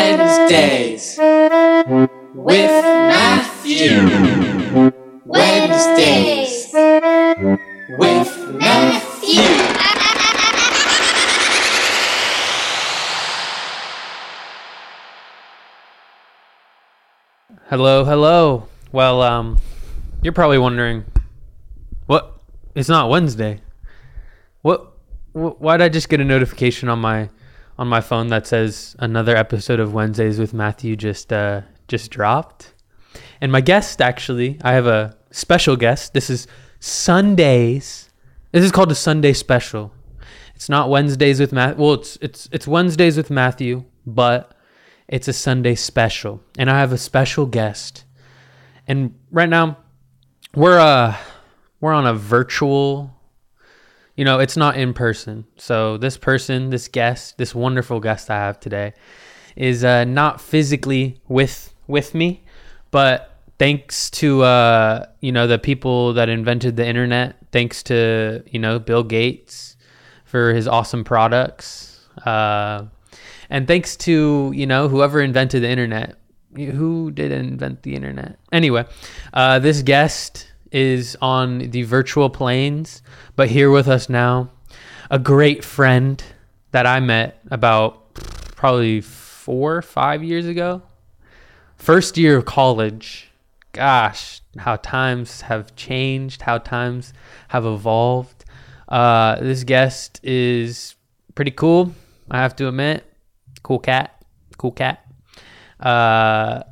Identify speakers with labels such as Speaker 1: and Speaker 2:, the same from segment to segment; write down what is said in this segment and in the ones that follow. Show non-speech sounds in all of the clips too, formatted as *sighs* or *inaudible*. Speaker 1: Wednesdays with Matthew. Wednesdays with Matthew.
Speaker 2: Hello, hello. Well, um, you're probably wondering, what? It's not Wednesday. What? Wh- why'd I just get a notification on my on my phone that says another episode of Wednesdays with Matthew just uh, just dropped? And my guest, actually, I have a special guest. This is Sundays. This is called a Sunday special. It's not Wednesdays with Matt. Well, it's it's it's Wednesdays with Matthew, but it's a Sunday special, and I have a special guest. And right now, we're uh we're on a virtual. You know, it's not in person. So this person, this guest, this wonderful guest I have today, is uh, not physically with with me, but thanks to uh, you know the people that invented the internet, thanks to you know Bill Gates for his awesome products. Uh, and thanks to you know whoever invented the internet who did invent the internet anyway uh, this guest is on the virtual planes but here with us now a great friend that i met about probably four five years ago first year of college gosh how times have changed how times have evolved uh, this guest is pretty cool i have to admit cool cat, cool cat. Uh,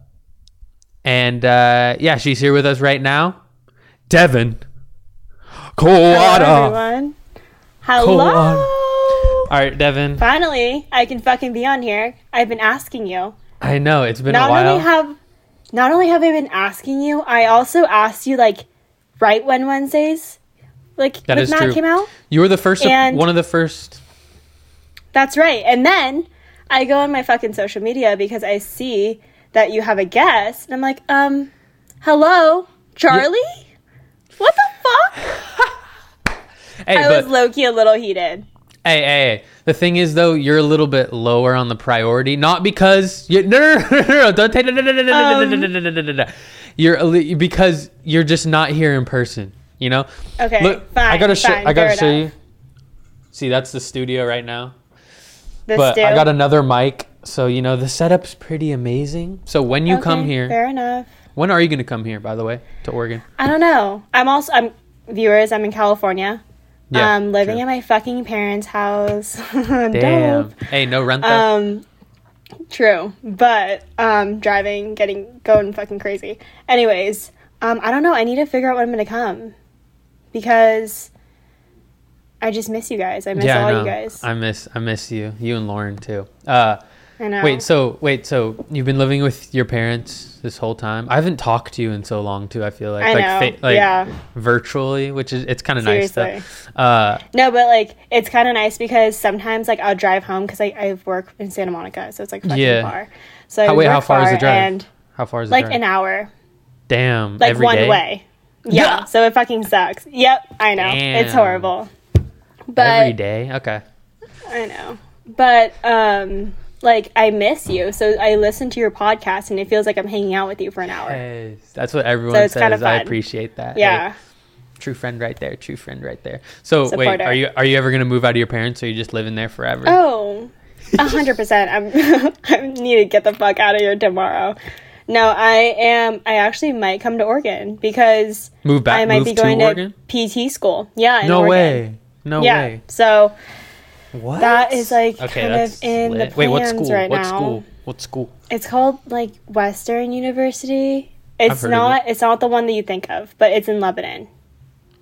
Speaker 2: and uh, yeah, she's here with us right now. Devin
Speaker 3: Hello,
Speaker 2: Coada.
Speaker 3: everyone.
Speaker 2: Koala.
Speaker 3: Hello.
Speaker 2: All right, Devin.
Speaker 3: Finally, I can fucking be on here. I've been asking you.
Speaker 2: I know it's been a
Speaker 3: Not
Speaker 2: while.
Speaker 3: only have, not only have I been asking you, I also asked you like, right when Wednesdays, like
Speaker 2: That
Speaker 3: when
Speaker 2: is
Speaker 3: that
Speaker 2: true.
Speaker 3: came out.
Speaker 2: you were the first,
Speaker 3: and-
Speaker 2: one of the first.
Speaker 3: That's right. And then I go on my fucking social media because I see that you have a guest, and I'm like, um, hello, Charlie. What the fuck?
Speaker 2: *laughs* Hey,
Speaker 3: I
Speaker 2: but
Speaker 3: was low key a little heated.
Speaker 2: hey, hey, hey, the thing is though, you're a little bit lower on the priority, not because you no, no, no, no, no, don't take no, no, no, no,
Speaker 3: Um.
Speaker 2: no, no, no, no, no, no, no, no, no. You're a li- because you're just not here in person. You know.
Speaker 3: Okay,
Speaker 2: Look,
Speaker 3: fine.
Speaker 2: I gotta show.
Speaker 3: fine,
Speaker 2: I gotta
Speaker 3: fair
Speaker 2: show
Speaker 3: enough.
Speaker 2: you. See, that's the studio right now.
Speaker 3: This
Speaker 2: But I
Speaker 3: dude.
Speaker 2: got another mic, so you know the setup's pretty amazing. So when you come
Speaker 3: Okay,
Speaker 2: here,
Speaker 3: Fair enough.
Speaker 2: when are you gonna come here? By the way, to Oregon.
Speaker 3: I don't know. I'm also I'm viewers. I'm in California. I'm living
Speaker 2: true.
Speaker 3: at my fucking parents' house. *laughs*
Speaker 2: Damn.
Speaker 3: Dope.
Speaker 2: Hey, no rent though.
Speaker 3: Um, true, but um, driving, getting going, fucking crazy. Anyways, um, I don't know. I need to figure out when I'm gonna come because I just miss you guys. I miss
Speaker 2: yeah, I
Speaker 3: all
Speaker 2: know.
Speaker 3: you guys.
Speaker 2: I miss I miss you, you and Lauren too. Uh,
Speaker 3: I know.
Speaker 2: wait, so wait, so you've been living with your parents this whole time? I haven't talked to you in so long too. I feel like
Speaker 3: I know,
Speaker 2: like like
Speaker 3: yeah.
Speaker 2: virtually, which is it's kind of nice though.
Speaker 3: Seriously.
Speaker 2: Uh,
Speaker 3: no, but like it's kind of nice because sometimes like I'll drive home because I, I work in Santa Monica, so it's like fucking
Speaker 2: Yeah.
Speaker 3: far. So I
Speaker 2: how, wait,
Speaker 3: work
Speaker 2: how far is the drive?
Speaker 3: And
Speaker 2: how far is the
Speaker 3: like
Speaker 2: drive?
Speaker 3: an hour.
Speaker 2: Damn,
Speaker 3: like
Speaker 2: every
Speaker 3: one
Speaker 2: day? *laughs*
Speaker 3: way. Yeah,
Speaker 2: Yeah.
Speaker 3: So it fucking sucks. Yep. I know. It's
Speaker 2: Damn.
Speaker 3: horrible. But
Speaker 2: every day. Okay.
Speaker 3: I know. But um like I miss you. So I listen to your podcast and it feels like I'm hanging out with you for an hour.
Speaker 2: Hey, that's what everyone
Speaker 3: it's kinda
Speaker 2: says. I
Speaker 3: fun.
Speaker 2: appreciate that.
Speaker 3: Yeah.
Speaker 2: Hey, true friend right there. True friend right there. So wait,
Speaker 3: Supporter.
Speaker 2: are you are you ever gonna move out of your parents? Or are you just living there forever?
Speaker 3: Oh. A hundred percent. I'm *laughs* I need to get the fuck out of here tomorrow. No, I am I actually might come to Oregon because
Speaker 2: move back.
Speaker 3: I might
Speaker 2: move
Speaker 3: be going
Speaker 2: to Oregon.
Speaker 3: PT school. Yeah, in
Speaker 2: No
Speaker 3: Oregon.
Speaker 2: way. No
Speaker 3: yeah.
Speaker 2: way.
Speaker 3: So
Speaker 2: What?
Speaker 3: that is, like, kind of
Speaker 2: that's
Speaker 3: in the
Speaker 2: Wait, what
Speaker 3: plans
Speaker 2: school?
Speaker 3: right
Speaker 2: what
Speaker 3: now.
Speaker 2: school? What school?
Speaker 3: It's called like Western University. It's
Speaker 2: heard of
Speaker 3: not. It's not the one that you think of, but it's in Lebanon.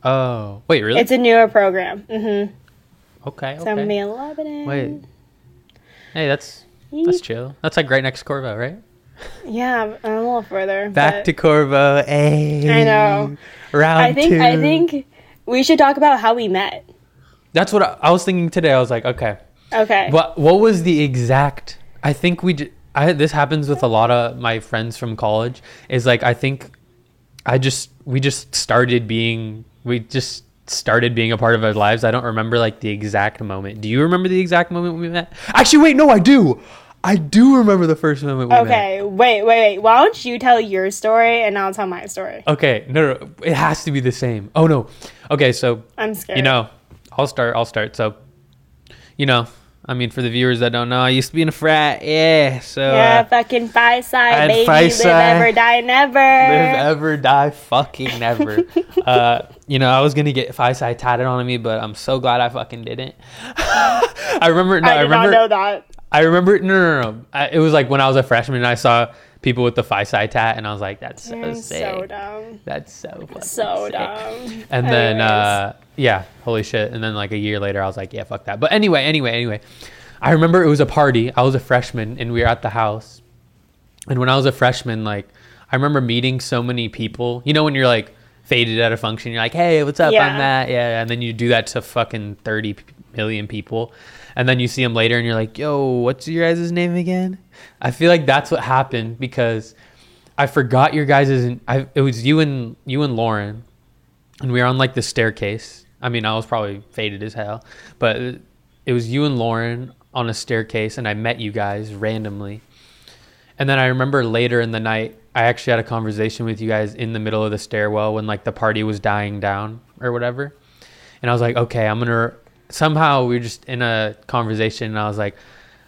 Speaker 2: Oh, wait, really?
Speaker 3: It's a newer program. Mm-hmm.
Speaker 2: okay.
Speaker 3: So I'm gonna be
Speaker 2: Okay.
Speaker 3: in Lebanon.
Speaker 2: Wait. Hey, that's that's chill. That's like right next to Corvo, right?
Speaker 3: Yeah, I'm- I'm a little further.
Speaker 2: Back
Speaker 3: but
Speaker 2: to Corvo. Hey.
Speaker 3: I know.
Speaker 2: Round
Speaker 3: I think.
Speaker 2: two.
Speaker 3: I think we should talk about how we met.
Speaker 2: that's what I, I was thinking today. I was like, okay,
Speaker 3: Okay.
Speaker 2: What what was the exact? I think we. j- I this happens with a lot of my friends from college. Is like I think, I just we just started being we just started being a part of our lives. I don't remember like the exact moment. Do you remember the exact moment we met? Actually, wait, no, I do. I do remember the first moment we met.
Speaker 3: Okay, wait, wait, wait. Why don't you tell your story and I'll tell my story?
Speaker 2: Okay. No, no, it has to be the same. Oh no. Okay, so
Speaker 3: I'm scared.
Speaker 2: you know, I'll start. I'll start. So, you know, I mean, for the viewers that don't know, I used to be in a frat. Yeah. So
Speaker 3: Yeah,
Speaker 2: uh,
Speaker 3: fucking Phi
Speaker 2: I
Speaker 3: Psi,
Speaker 2: had
Speaker 3: baby.
Speaker 2: Phi
Speaker 3: live
Speaker 2: Psi.
Speaker 3: ever, die never.
Speaker 2: live ever die
Speaker 3: *laughs*
Speaker 2: fucking never. uh, you know, I was gonna get Phi Psi tatted on me, but I'm so glad I fucking didn't. *laughs* I remember. No,
Speaker 3: I
Speaker 2: I,
Speaker 3: did
Speaker 2: remember.
Speaker 3: not know that.
Speaker 2: I remember. No, no, no. no. I, it was like when I was a freshman and I saw people with the Phi Psi tat, and I was like, that's so
Speaker 3: I'm
Speaker 2: sick.
Speaker 3: Mm, so dumb.
Speaker 2: That's so fucking
Speaker 3: So
Speaker 2: sick.
Speaker 3: dumb.
Speaker 2: And then,
Speaker 3: Anyways.
Speaker 2: uh, yeah, holy shit. And then, like, a year later, I was like, yeah, fuck that. But anyway, anyway, anyway, I remember it was a party. I was a freshman and we were at the house. And when I was a freshman, like, I remember meeting so many people. You know, when you're like faded at a function, you're like, hey, what's up?
Speaker 3: Yeah.
Speaker 2: I'm that. Yeah. And then you do that to fucking 30 p- million people. And then you see them later and you're like, yo, what's your guys' name again? I feel like that's what happened because. I forgot your guys' I it was you and you and Lauren and we were on like the staircase. I mean, I was probably faded as hell, but it was you and Lauren on a staircase, and I met you guys randomly. And then I remember later in the night, I actually had a conversation with you guys in the middle of the stairwell when like the party was dying down or whatever. And I was like, okay, I'm gonna. Somehow we were just in a conversation, and I was like,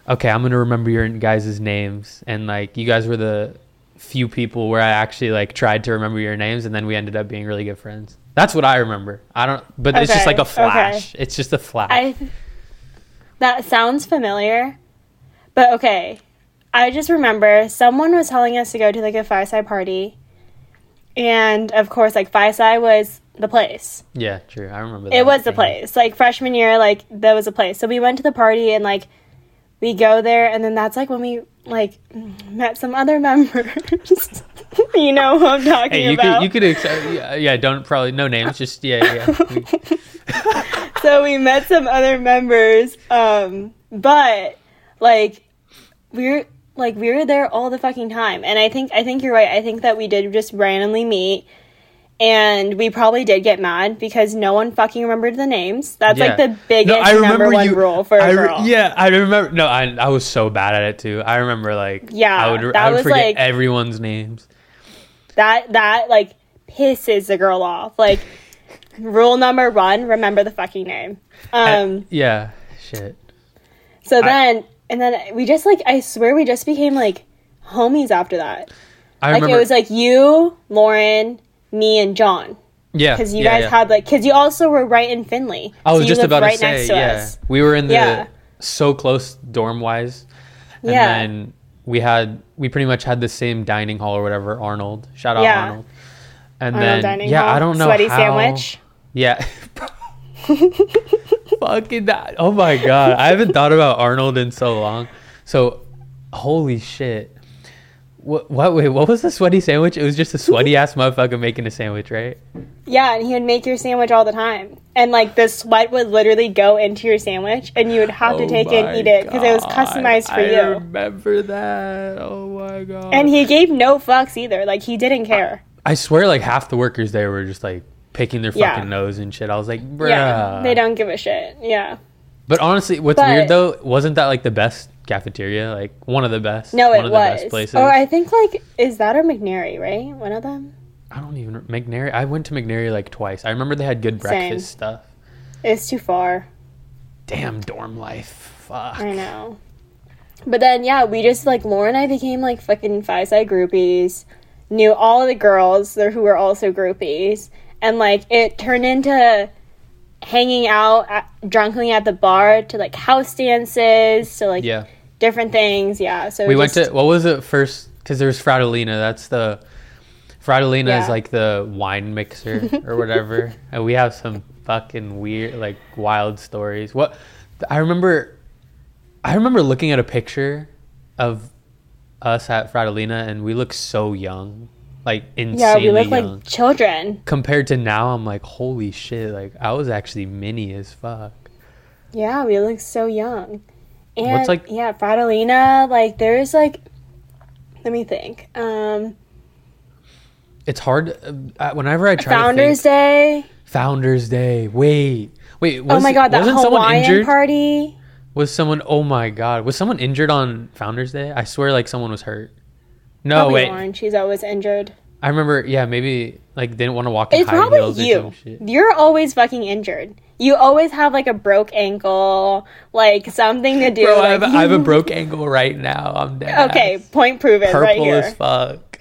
Speaker 2: okay, I'm gonna remember your guys' names. And like, you guys were the few people where I actually like tried to remember your names, and then we ended up being really good friends. That's what I remember. I don't, but it's just
Speaker 3: Okay,
Speaker 2: like a
Speaker 3: okay.
Speaker 2: flash. It's just a flash.
Speaker 3: I that sounds familiar, but okay. I just remember someone was telling us to go to like a Phi Psi party, and of course, like Phi Psi was the place.
Speaker 2: yeah, true. I remember. that.
Speaker 3: It was the
Speaker 2: Yeah.
Speaker 3: place. Like freshman year, like that was a place. So we went to the party and like we go there, and then that's like when we like met some other *laughs* members. *laughs* you know who I'm talking
Speaker 2: Hey, you
Speaker 3: about.
Speaker 2: could you could accept, yeah, yeah. Don't probably no names. Just yeah,
Speaker 3: *laughs*
Speaker 2: yeah. yeah.
Speaker 3: so we met some other members um but like we're like we were there all the fucking time and i think i think you're right i think that we did just randomly meet and we probably did get mad because no one fucking remembered the names that's like
Speaker 2: Yeah.
Speaker 3: the biggest
Speaker 2: No, I
Speaker 3: number
Speaker 2: remember
Speaker 3: one
Speaker 2: you-
Speaker 3: rule for a
Speaker 2: I re-
Speaker 3: girl
Speaker 2: Yeah, I remember. No, I I was so bad at it too. I remember like
Speaker 3: Yeah,
Speaker 2: I would
Speaker 3: that
Speaker 2: I would
Speaker 3: was,
Speaker 2: forget
Speaker 3: like-
Speaker 2: everyone's names.
Speaker 3: that that like pisses the girl off like rule number one remember the fucking name um
Speaker 2: yeah, shit.
Speaker 3: so then and then we just like i swear we just became like homies after that
Speaker 2: I
Speaker 3: like
Speaker 2: remember.
Speaker 3: it was like you, Lauren, me, and John,
Speaker 2: yeah,
Speaker 3: because you
Speaker 2: yeah,
Speaker 3: guys
Speaker 2: yeah.
Speaker 3: had like because you also were right in Finley.
Speaker 2: I was
Speaker 3: so you
Speaker 2: just
Speaker 3: lived
Speaker 2: about to say yeah. We were in the
Speaker 3: Yeah.
Speaker 2: so close dorm wise, and
Speaker 3: Yeah.
Speaker 2: then we had we pretty much had the same dining hall or whatever. Arnold, shout out
Speaker 3: Yeah.
Speaker 2: Arnold. And
Speaker 3: Arnold
Speaker 2: then
Speaker 3: Dining
Speaker 2: yeah,
Speaker 3: Hall,
Speaker 2: I don't know
Speaker 3: Sweaty
Speaker 2: how-
Speaker 3: sandwich.
Speaker 2: Yeah. *laughs* Fucking that. Oh my god. I haven't thought about Arnold in so long. So holy shit. What what wait, what was the sweaty sandwich? It was just a sweaty ass motherfucker making a sandwich, right?
Speaker 3: Yeah, and he would make your sandwich all the time, and like the sweat would literally go into your sandwich, and you would have to take it and eat it because it was customized for you.
Speaker 2: Oh I remember that. Oh my god.
Speaker 3: and he gave no fucks either. Like he didn't care.
Speaker 2: I swear like half the workers there were just like picking their fucking
Speaker 3: Yeah.
Speaker 2: nose and shit. I was like, bruh.
Speaker 3: Yeah, they don't give a shit. Yeah.
Speaker 2: But honestly, what's
Speaker 3: But-
Speaker 2: weird though, wasn't that like the best cafeteria? Like one of the best.
Speaker 3: No,
Speaker 2: one
Speaker 3: it
Speaker 2: of
Speaker 3: was.
Speaker 2: the best places.
Speaker 3: Or I think like is that or McNary, right? One of them.
Speaker 2: I don't even McNary. I went to McNary like twice. I remember they had good breakfast stuff.
Speaker 3: It's too far.
Speaker 2: Damn dorm life. Fuck.
Speaker 3: I know. But then, yeah, we just like Laura and I became like fucking five side groupies, knew all of the girls there who were also groupies, and like it turned into hanging out at, drunkenly at the bar to like house dances to like
Speaker 2: Yeah.
Speaker 3: different things. Yeah, so
Speaker 2: We
Speaker 3: it
Speaker 2: went
Speaker 3: just-
Speaker 2: to what was it first? Because there was Fratellina. That's the Fratellina
Speaker 3: Yeah.
Speaker 2: is like the wine mixer
Speaker 3: *laughs*
Speaker 2: or whatever. and we have some fucking weird, like wild stories. What I remember, I remember looking at a picture of us at Fratellina, and we look so young, like insanely
Speaker 3: yeah, we looked
Speaker 2: young.
Speaker 3: like children.
Speaker 2: compared to now i'm like holy shit like i was actually mini as fuck
Speaker 3: Yeah, we look so young. And
Speaker 2: What's, like-
Speaker 3: yeah, Fratellina, like there's like let me think. Um
Speaker 2: it's hard uh, uh, whenever i try
Speaker 3: Founders
Speaker 2: to
Speaker 3: Day.
Speaker 2: think, founders day wait wait was,
Speaker 3: Oh my god, that
Speaker 2: wasn't someone
Speaker 3: Hawaiian
Speaker 2: injured
Speaker 3: party.
Speaker 2: Was someone? Oh my God! Was someone injured on Founder's Day? I swear, like someone was hurt. No,
Speaker 3: probably
Speaker 2: Oh, wait.
Speaker 3: Lauren. She's always injured.
Speaker 2: I remember. Yeah, maybe like didn't want to walk in
Speaker 3: It's
Speaker 2: high
Speaker 3: probably
Speaker 2: heels or
Speaker 3: you.
Speaker 2: some shit.
Speaker 3: You're always fucking injured. You always have like a broke ankle, like something to do.
Speaker 2: Bro, I
Speaker 3: like-
Speaker 2: have,
Speaker 3: *laughs*
Speaker 2: I have a broke ankle right now. I'm dead.
Speaker 3: okay,
Speaker 2: ass.
Speaker 3: point proven
Speaker 2: Purple
Speaker 3: right here.
Speaker 2: as fuck.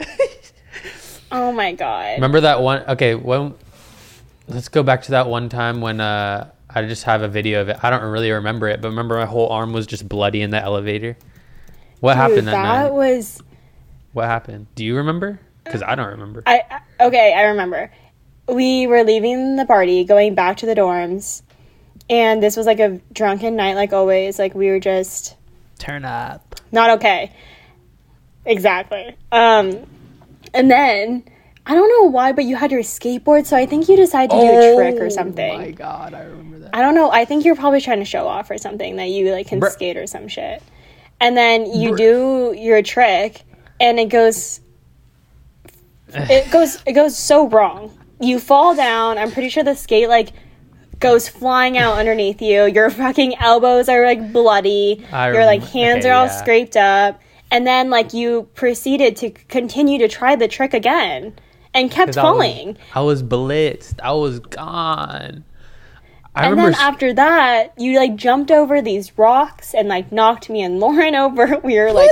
Speaker 2: *laughs*
Speaker 3: oh my god.
Speaker 2: Remember that one? Okay, when let's go back to that one time when uh, I just have a video of it. I don't really remember it, but remember my whole arm was just bloody in the elevator. What
Speaker 3: Dude,
Speaker 2: happened that,
Speaker 3: that
Speaker 2: night?
Speaker 3: was
Speaker 2: what happened? Do you remember? Because I don't remember.
Speaker 3: I I- okay, I remember. We were leaving the party, going back to the dorms, and this was like a drunken night, like always. Like we were just
Speaker 2: Turn up.
Speaker 3: not okay. Exactly. Um, and then I don't know why, but you had your skateboard, so I think you decided to do a trick or something.
Speaker 2: my god, I remember that.
Speaker 3: I don't know. I think you're probably trying to show off or something that you like can
Speaker 2: Bruh.
Speaker 3: skate or some shit. And then you do your trick, and it goes, it goes, it goes so wrong. You fall down. I'm pretty sure the skate like goes flying out underneath you. Your fucking elbows are like bloody.
Speaker 2: I
Speaker 3: your like
Speaker 2: remem-
Speaker 3: hands
Speaker 2: okay,
Speaker 3: are all
Speaker 2: yeah.
Speaker 3: scraped up. And then like you proceeded to continue to try the trick again, and kept
Speaker 2: 'Cause I was-
Speaker 3: falling.
Speaker 2: I was, blitzed. I was gone. I
Speaker 3: And
Speaker 2: remember.
Speaker 3: then
Speaker 2: s-
Speaker 3: after that, you like jumped over these rocks and like knocked me and *laughs* Lauren over. We were like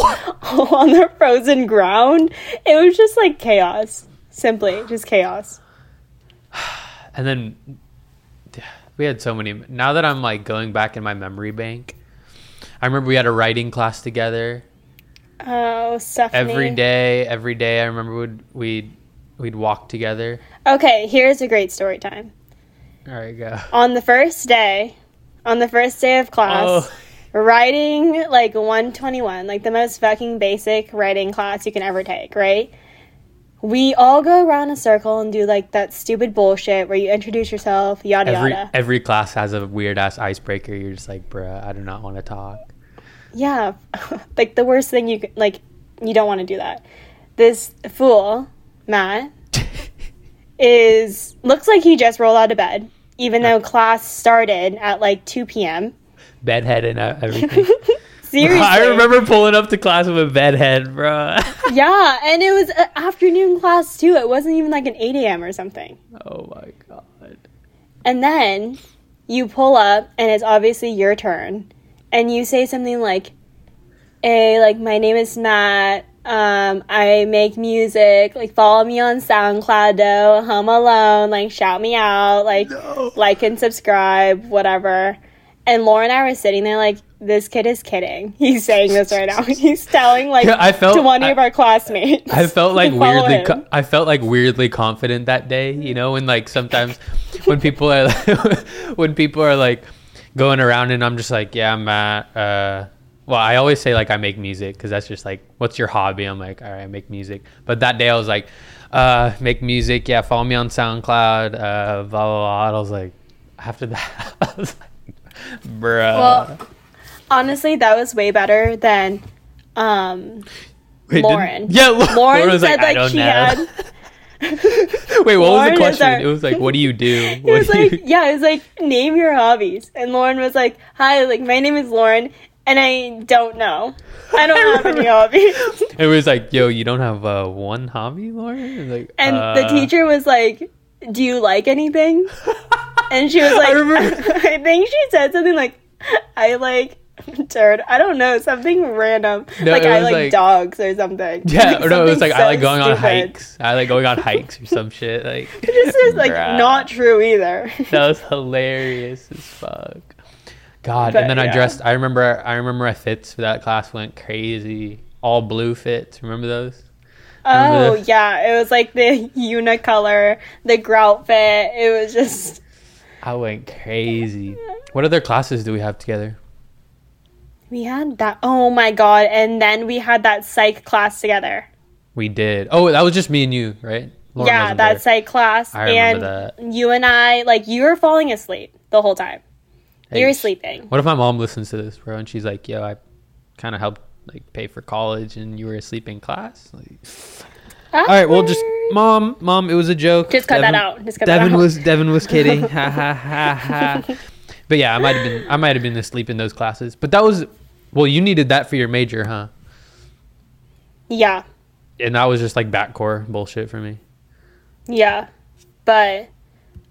Speaker 3: all *laughs* on the frozen ground. It was just like chaos. Simply, just chaos.
Speaker 2: and then *sighs* we had so many now that i'm like going back in my memory bank i remember we had a writing class together
Speaker 3: Oh, Stephanie.
Speaker 2: every day every day i remember we'd we'd, we'd walk together
Speaker 3: Okay, here's a great story time.
Speaker 2: all right go
Speaker 3: On the first day, on the first day of class,
Speaker 2: oh
Speaker 3: writing like 121, like the most fucking basic writing class you can ever take, right? We all go around a circle and do like that stupid bullshit where you introduce yourself, yada
Speaker 2: every
Speaker 3: yada.
Speaker 2: every class has a weird ass icebreaker you're just like bruh i do not want to talk *laughs*
Speaker 3: Yeah, *laughs* like the worst thing you could, like, you don't want to do that. This fool, Matt, is looks like he just rolled out of bed, even though class started at like 2 *laughs* p.m.
Speaker 2: bedhead and uh, everything
Speaker 3: *laughs* Seriously.
Speaker 2: i remember pulling up to class with a bedhead bruh *laughs*
Speaker 3: Yeah, and it was an afternoon class too. It wasn't even like an 8 a.m. or something.
Speaker 2: oh my god
Speaker 3: And then you pull up, and it's obviously your turn, and you say something like, "Hey, like my name is Matt. Um, I make music. Like follow me on SoundCloud, though. Home Alone. Like shout me out. Like like and subscribe, whatever." And Laura and I were sitting there like, "This kid is kidding. He's saying this right now. He's telling like
Speaker 2: Yeah, I felt-
Speaker 3: to one
Speaker 2: I-
Speaker 3: of our classmates.
Speaker 2: I felt like
Speaker 3: to follow
Speaker 2: weirdly,
Speaker 3: him.
Speaker 2: co- I felt like weirdly confident that day. You know, when like sometimes when people are *laughs* when people are like going around and I'm just like, yeah, I'm at. Uh, well, I always say like I make music because that's just like, what's your hobby? I'm like, all right, I make music. But that day I was like, uh, make music. Yeah, follow me on SoundCloud. Uh, blah blah blah. And I was like, after that, *laughs* I was like, bruh.
Speaker 3: Well, honestly, that was way better than um
Speaker 2: Wait, didn't-
Speaker 3: Lauren.
Speaker 2: Yeah, Lau-
Speaker 3: Lauren said, like, she
Speaker 2: *laughs*
Speaker 3: had-
Speaker 2: Wait, what was
Speaker 3: Lauren
Speaker 2: the
Speaker 3: is
Speaker 2: question?
Speaker 3: our-
Speaker 2: It was like, what do you do?
Speaker 3: *laughs* it
Speaker 2: What
Speaker 3: was
Speaker 2: do
Speaker 3: like
Speaker 2: you-
Speaker 3: yeah, it was like name your hobbies. And Lauren was like, "Hi, like my name is Lauren and I don't know. I don't have
Speaker 2: *laughs*
Speaker 3: any hobbies."
Speaker 2: *laughs* It was like, yo, you don't have uh, one hobby, Lauren? And, like,
Speaker 3: And the
Speaker 2: uh,
Speaker 3: teacher was like, "Do you like anything?" And she was
Speaker 2: *laughs* I
Speaker 3: like, *laughs* I,
Speaker 2: remember-
Speaker 3: think she said something like, "I like turd. I don't know, something random.
Speaker 2: No,
Speaker 3: like
Speaker 2: it
Speaker 3: I
Speaker 2: was
Speaker 3: like,
Speaker 2: like-
Speaker 3: dogs or something."
Speaker 2: *laughs*
Speaker 3: *laughs*
Speaker 2: Yeah, or no, it was
Speaker 3: something
Speaker 2: like, I
Speaker 3: so
Speaker 2: like going on
Speaker 3: stupid.
Speaker 2: hikes. I like going on hikes or some shit. Like, *laughs*
Speaker 3: This is like
Speaker 2: Bruh.
Speaker 3: not true
Speaker 2: *laughs*
Speaker 3: either. *laughs*
Speaker 2: that was hilarious as fuck. God,
Speaker 3: But,
Speaker 2: and then I
Speaker 3: yeah.
Speaker 2: dressed. I remember. I remember my fits for that class went crazy. All blue fits. Remember those?
Speaker 3: Oh
Speaker 2: Remember the-
Speaker 3: yeah, it was like the unicolor, the grout fit. It was just
Speaker 2: I went
Speaker 3: *laughs*
Speaker 2: crazy. What other classes do we have together?
Speaker 3: we had that. Oh my god! And then we had that psych class together.
Speaker 2: We did. Oh, that was just me and you, right? Lauren
Speaker 3: yeah,
Speaker 2: wasn't
Speaker 3: that
Speaker 2: there.
Speaker 3: psych class,
Speaker 2: I
Speaker 3: and
Speaker 2: remember that.
Speaker 3: you and I, like you were falling asleep the whole time. you were
Speaker 2: Hey, sh-
Speaker 3: sleeping.
Speaker 2: What if my mom listens to this, bro, and she's like, "Yo, I kind of helped like pay for college, and you were asleep in class." Like, all right, well, just mom, mom, it was a joke.
Speaker 3: Just cut that
Speaker 2: Devin-
Speaker 3: *laughs* out. Just cut that
Speaker 2: Devin
Speaker 3: out.
Speaker 2: was Devin was kidding. ha ha ha ha. But yeah, I might have been I might have been asleep in those classes. But that was well, you needed that for your major, huh?
Speaker 3: Yeah.
Speaker 2: And that was just like back core bullshit for me.
Speaker 3: Yeah. But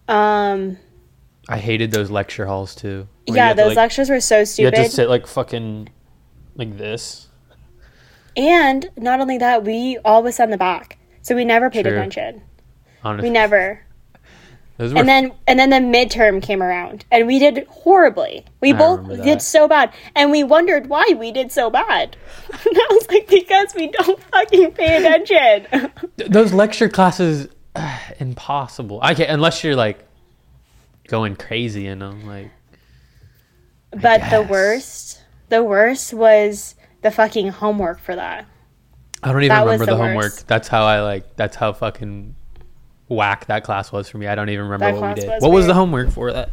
Speaker 3: um
Speaker 2: I hated those lecture halls too. where you
Speaker 3: yeah,
Speaker 2: had to,
Speaker 3: those
Speaker 2: like-
Speaker 3: lectures were so
Speaker 2: You had
Speaker 3: stupid.
Speaker 2: to sit like fucking like this.
Speaker 3: and not only that, we always on the back. So we never paid
Speaker 2: True.
Speaker 3: attention.
Speaker 2: Honestly,
Speaker 3: We never.
Speaker 2: Those were
Speaker 3: And then and then the midterm came around and we did horribly. We
Speaker 2: I
Speaker 3: both
Speaker 2: remember
Speaker 3: did
Speaker 2: that.
Speaker 3: so bad. And we wondered why we did so bad. *laughs* and I was like, because we don't fucking pay attention. *laughs*
Speaker 2: those lecture classes *sighs* ugh, impossible i can't unless you're like going crazy in them like
Speaker 3: but the
Speaker 2: guess.
Speaker 3: worst the worst was the fucking homework for that.
Speaker 2: i don't even
Speaker 3: That was
Speaker 2: remember the,
Speaker 3: the
Speaker 2: homework
Speaker 3: worst.
Speaker 2: that's how i like that's how fucking whack that class was for me i don't even remember
Speaker 3: That
Speaker 2: what
Speaker 3: class
Speaker 2: we did
Speaker 3: was
Speaker 2: what was the
Speaker 3: weird.
Speaker 2: homework for that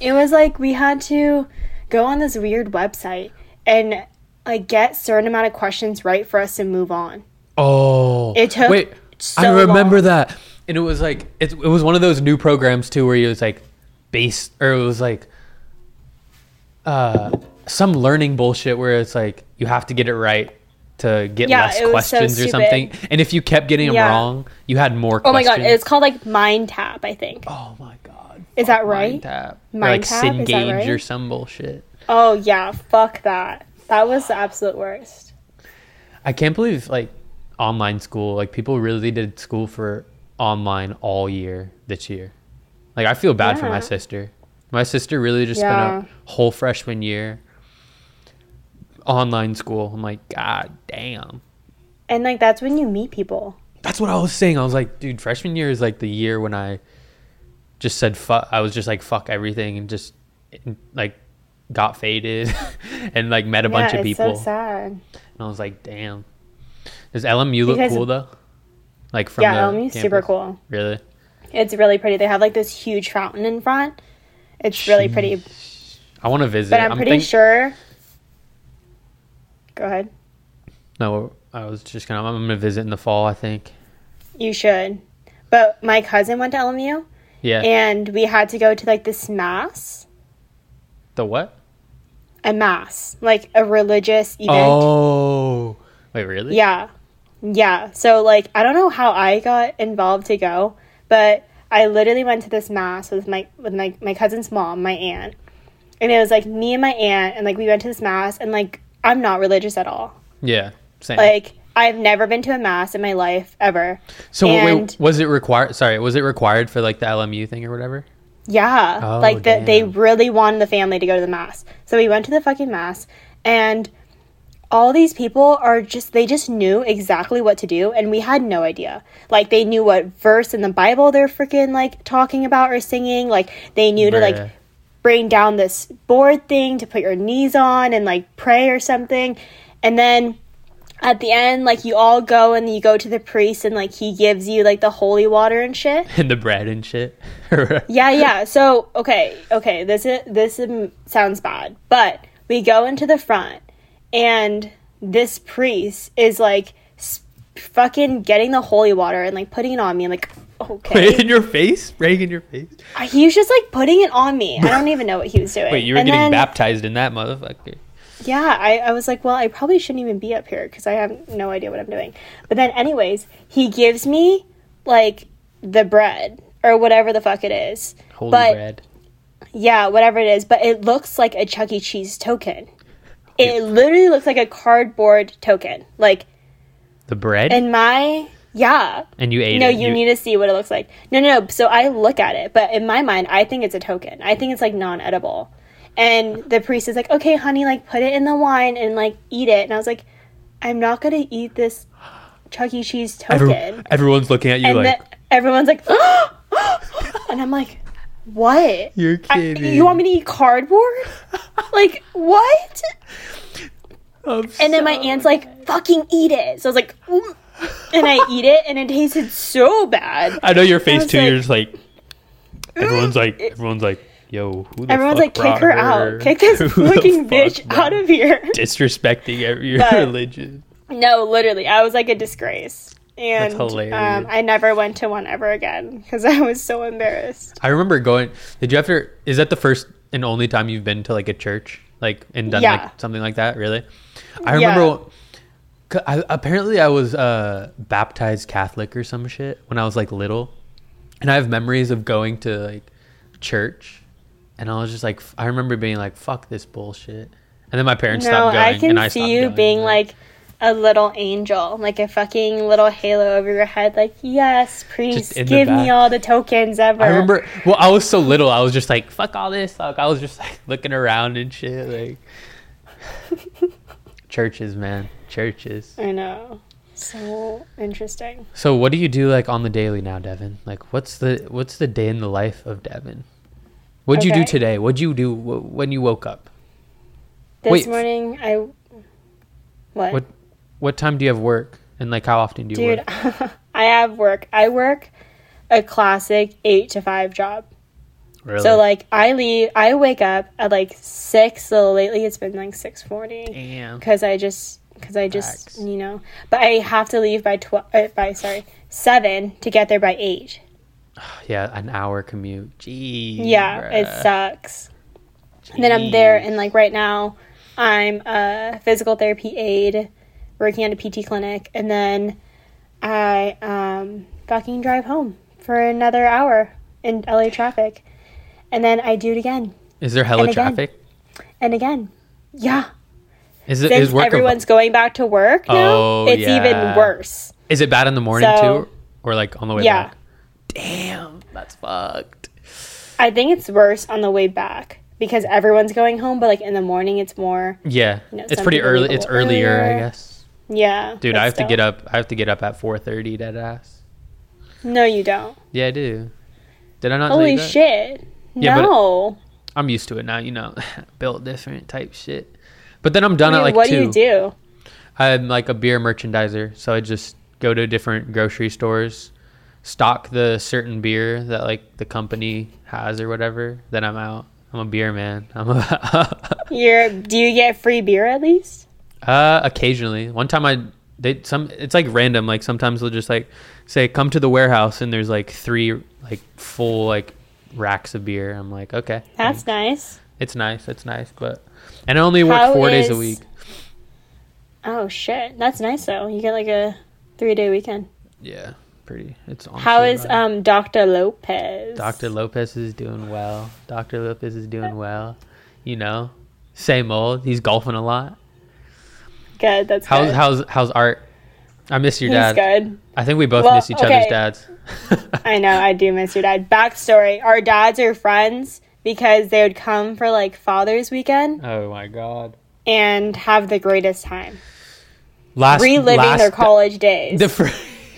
Speaker 3: It was like we had to go on this weird website and like get certain amount of questions right for us to move on.
Speaker 2: oh
Speaker 3: It took
Speaker 2: wait i
Speaker 3: so
Speaker 2: remember
Speaker 3: long.
Speaker 2: that and it was like it, it was one of those new programs too where you was like base or it was like uh some learning bullshit where it's like you have to get it right to get
Speaker 3: Yeah,
Speaker 2: less
Speaker 3: it was so
Speaker 2: questions or
Speaker 3: stupid.
Speaker 2: something. And if you kept getting them
Speaker 3: Yeah.
Speaker 2: wrong, you had more
Speaker 3: Oh my
Speaker 2: questions.
Speaker 3: god, it's called like Mind Tap, I think.
Speaker 2: Oh my god.
Speaker 3: Is that
Speaker 2: Mind
Speaker 3: right?
Speaker 2: tap. Or
Speaker 3: Mind
Speaker 2: like
Speaker 3: tap, is
Speaker 2: Sin
Speaker 3: that
Speaker 2: Gauge or
Speaker 3: right?
Speaker 2: some bullshit.
Speaker 3: Oh yeah, fuck that. That was the absolute worst.
Speaker 2: I can't believe like online school, like people really did school for online all year this year. Like I feel bad for
Speaker 3: Yeah.
Speaker 2: my sister. My sister really just
Speaker 3: Yeah.
Speaker 2: spent a whole freshman year online school. I'm like, God damn.
Speaker 3: And like that's when you meet people.
Speaker 2: That's what I was saying. I was like, dude, freshman year is like the year when I just said fuck. I was just like fuck everything and just like got faded *laughs* and like met a bunch
Speaker 3: yeah,
Speaker 2: of
Speaker 3: it's
Speaker 2: people.
Speaker 3: so sad.
Speaker 2: And I was like, damn. Does LMU look
Speaker 3: Because-
Speaker 2: cool though? Like from
Speaker 3: Yeah,
Speaker 2: the
Speaker 3: LMU's super
Speaker 2: campus?
Speaker 3: cool.
Speaker 2: Really?
Speaker 3: It's really pretty. They have like this huge fountain in front. It's really pretty,
Speaker 2: I want to visit.
Speaker 3: but I'm, pretty
Speaker 2: think-
Speaker 3: sure. Go ahead.
Speaker 2: No, I was just gonna. I'm gonna visit in the fall. I think.
Speaker 3: You should. But my cousin went to LMU
Speaker 2: Yeah.
Speaker 3: and we had to go to like this mass,
Speaker 2: the what?
Speaker 3: a mass, like a religious event.
Speaker 2: Oh. Wait, really?
Speaker 3: Yeah. Yeah. So like I don't know how I got involved to go, but I literally went to this mass with my with my, my cousin's mom, my aunt. And it was like me and my aunt and like we went to this mass and like I'm not religious at all.
Speaker 2: Yeah. Same.
Speaker 3: Like I've never been to a mass in my life ever.
Speaker 2: so
Speaker 3: and-
Speaker 2: wait, was it required? Sorry, was it required for like the LMU thing or whatever? *laughs*
Speaker 3: Yeah.
Speaker 2: Oh,
Speaker 3: like the, they
Speaker 2: damn.
Speaker 3: really wanted the family to go to the mass. So we went to the fucking mass and all these people are just they just knew exactly what to do and we had no idea. Like they knew what verse in the Bible they're freaking like talking about or singing. Like they knew to
Speaker 2: Bruh.
Speaker 3: like bring down this board thing to put your knees on and like pray or something. And then at the end, like you all go and you go to the priest and like he gives you like the holy water and shit.
Speaker 2: and the bread and shit. *laughs* yeah.
Speaker 3: Yeah, yeah. So okay, okay. This is this um, sounds bad, but we go into the front, and this priest is like s- fucking getting the holy water and like putting it on me. I'm like, okay.
Speaker 2: in your face, right in your face.
Speaker 3: *laughs* He was just like putting it on me. I don't even know what he was doing.
Speaker 2: Wait, you were
Speaker 3: And
Speaker 2: getting
Speaker 3: then-
Speaker 2: baptized in that motherfucker.
Speaker 3: Yeah, I, I was like, well, I probably shouldn't even be up here because I have no idea what I'm doing. But then, anyways, he gives me like the bread or whatever the fuck it is.
Speaker 2: Holy
Speaker 3: But-
Speaker 2: bread.
Speaker 3: Yeah, whatever it is, but it looks like a Chuck E. Cheese token. It literally looks like a cardboard token. Like
Speaker 2: The bread, and,
Speaker 3: in my yeah.
Speaker 2: you ate
Speaker 3: No,
Speaker 2: it.
Speaker 3: you need to see what it looks like. No, no, no. So I look at it, but in my mind, I think it's a token. I think it's like non-edible. And the priest is like, "Okay, honey, like put it in the wine and like eat it." And I was like, "I'm not gonna eat this Chuck E. Cheese token."
Speaker 2: Every- everyone's looking at you
Speaker 3: and
Speaker 2: like
Speaker 3: then everyone's like, *gasps* and I'm like, "What?"
Speaker 2: you're
Speaker 3: I-
Speaker 2: kidding.
Speaker 3: you
Speaker 2: *laughs*
Speaker 3: want me to eat cardboard? like what? And then my aunt's like, "Fucking eat it!" So I was like, "Mm." and I eat it, and it tasted so bad.
Speaker 2: I know your face
Speaker 3: was
Speaker 2: too.
Speaker 3: like- Mm.
Speaker 2: you're just like everyone's like everyone's like yo. Who the
Speaker 3: Everyone's
Speaker 2: fuck
Speaker 3: like, "Kick
Speaker 2: brought
Speaker 3: her out!
Speaker 2: *laughs*
Speaker 3: Kick this
Speaker 2: Who the
Speaker 3: fucking
Speaker 2: fuck
Speaker 3: bitch out
Speaker 2: brought-
Speaker 3: of here!"
Speaker 2: Disrespecting every, your
Speaker 3: But-
Speaker 2: religion.
Speaker 3: No, literally, I was like a disgrace, and
Speaker 2: hilarious.
Speaker 3: um, I never went to one ever again because I was so embarrassed.
Speaker 2: I remember going. Did you have to? Is that the first and only time you've been to like a church, like and done
Speaker 3: Yeah.
Speaker 2: like something like that? Really? I
Speaker 3: Yeah.
Speaker 2: remember. c- I, apparently, I was uh, baptized Catholic or some shit when I was like little, and I have memories of going to like church, and I was just like, f- I remember being like, "Fuck this bullshit," and then my parents
Speaker 3: No,
Speaker 2: stopped going,
Speaker 3: I can
Speaker 2: and I stopped
Speaker 3: see you
Speaker 2: going,
Speaker 3: being
Speaker 2: but-
Speaker 3: like a little angel, like a fucking little halo over your head. Like, yes, priest,
Speaker 2: in the
Speaker 3: give me
Speaker 2: back.
Speaker 3: all the tokens ever.
Speaker 2: I remember. Well, I was so little. I was just like, "Fuck all this!" Like I was just like *laughs* looking around and shit. Like *laughs* churches, man, churches.
Speaker 3: I know. So interesting.
Speaker 2: So, what do you do like on the daily now, Devin? Like, what's the what's the day in the life of Devin? What'd you do
Speaker 3: Okay.
Speaker 2: today? What'd you do w- when you woke up?
Speaker 3: This
Speaker 2: Wait.
Speaker 3: morning, I. What?
Speaker 2: What what time do you have work? And like, how often do you
Speaker 3: Dude,
Speaker 2: work?
Speaker 3: *laughs* I have work. I work a classic eight to five job.
Speaker 2: Really?
Speaker 3: So like I leave, I wake up at like six. So lately it's been like six forty
Speaker 2: damn.
Speaker 3: because I just because I just
Speaker 2: Facts.
Speaker 3: you know, but I have to leave by twelve uh, by sorry seven to get there by eight.
Speaker 2: Yeah, an hour commute. Jeez.
Speaker 3: Yeah,
Speaker 2: bruh.
Speaker 3: it sucks. And then I'm there and like right now, I'm a physical therapy aide working at a PT clinic, and then I um fucking drive home for another hour in LA traffic, and then I do it again
Speaker 2: Is there hella
Speaker 3: and again.
Speaker 2: traffic?
Speaker 3: and again. Yeah.
Speaker 2: Is it
Speaker 3: since
Speaker 2: is work? a-
Speaker 3: everyone's going back to work now,
Speaker 2: Oh,
Speaker 3: it's
Speaker 2: yeah.
Speaker 3: even worse.
Speaker 2: is it bad in the morning
Speaker 3: So-
Speaker 2: too, or like on the way
Speaker 3: Yeah.
Speaker 2: back? Damn, that's fucked.
Speaker 3: I think it's worse on the way back because everyone's going home, but like in the morning, it's more.
Speaker 2: Yeah,
Speaker 3: You know,
Speaker 2: it's
Speaker 3: some
Speaker 2: pretty
Speaker 3: people leave
Speaker 2: early.
Speaker 3: a
Speaker 2: It's
Speaker 3: little
Speaker 2: earlier, I
Speaker 3: earlier.
Speaker 2: guess.
Speaker 3: Yeah,
Speaker 2: Dude, I have to get up. I have to get up at four thirty. Dead ass.
Speaker 3: No, you don't.
Speaker 2: Yeah, I do. Did I not? tell
Speaker 3: Holy
Speaker 2: you that?
Speaker 3: shit!
Speaker 2: Yeah, but-
Speaker 3: no.
Speaker 2: I'm used to it now. You know, *laughs* built different type shit. But then I'm done
Speaker 3: Dude,
Speaker 2: at like
Speaker 3: what
Speaker 2: two.
Speaker 3: do you do?
Speaker 2: I'm like a beer merchandiser, so I just go to different grocery stores, stock the certain beer that like the company has or whatever. Then I'm out. I'm a beer man. I'm a *laughs*
Speaker 3: You're do you get free beer at least?
Speaker 2: Uh, occasionally. One time I they some it's like random. Like sometimes they'll just like say come to the warehouse and there's like three like full like racks of beer. I'm like okay,
Speaker 3: That's nice.
Speaker 2: it's nice, it's nice, but and I only work
Speaker 3: How
Speaker 2: four days a
Speaker 3: is-
Speaker 2: week.
Speaker 3: Oh shit, that's nice though. You get like a three day weekend.
Speaker 2: Yeah, pretty. It's honestly
Speaker 3: How is
Speaker 2: about it.
Speaker 3: um Dr. Lopez?
Speaker 2: Dr. Lopez is doing well. Dr. Lopez is doing
Speaker 3: Uh,
Speaker 2: well. You know, same old. He's golfing a lot.
Speaker 3: Good. That's
Speaker 2: How's
Speaker 3: good.
Speaker 2: how's how's art? I miss your
Speaker 3: uh, He's
Speaker 2: dad.
Speaker 3: good.
Speaker 2: I think we both
Speaker 3: Well,
Speaker 2: miss each
Speaker 3: okay.
Speaker 2: other's dads.
Speaker 3: *laughs* I know, I do miss your dad. Backstory Our dads are friends because they would come for like Father's Weekend
Speaker 2: *laughs* oh my god.
Speaker 3: and have the greatest time.
Speaker 2: last
Speaker 3: Reliving
Speaker 2: last,
Speaker 3: their college days.
Speaker 2: *laughs* the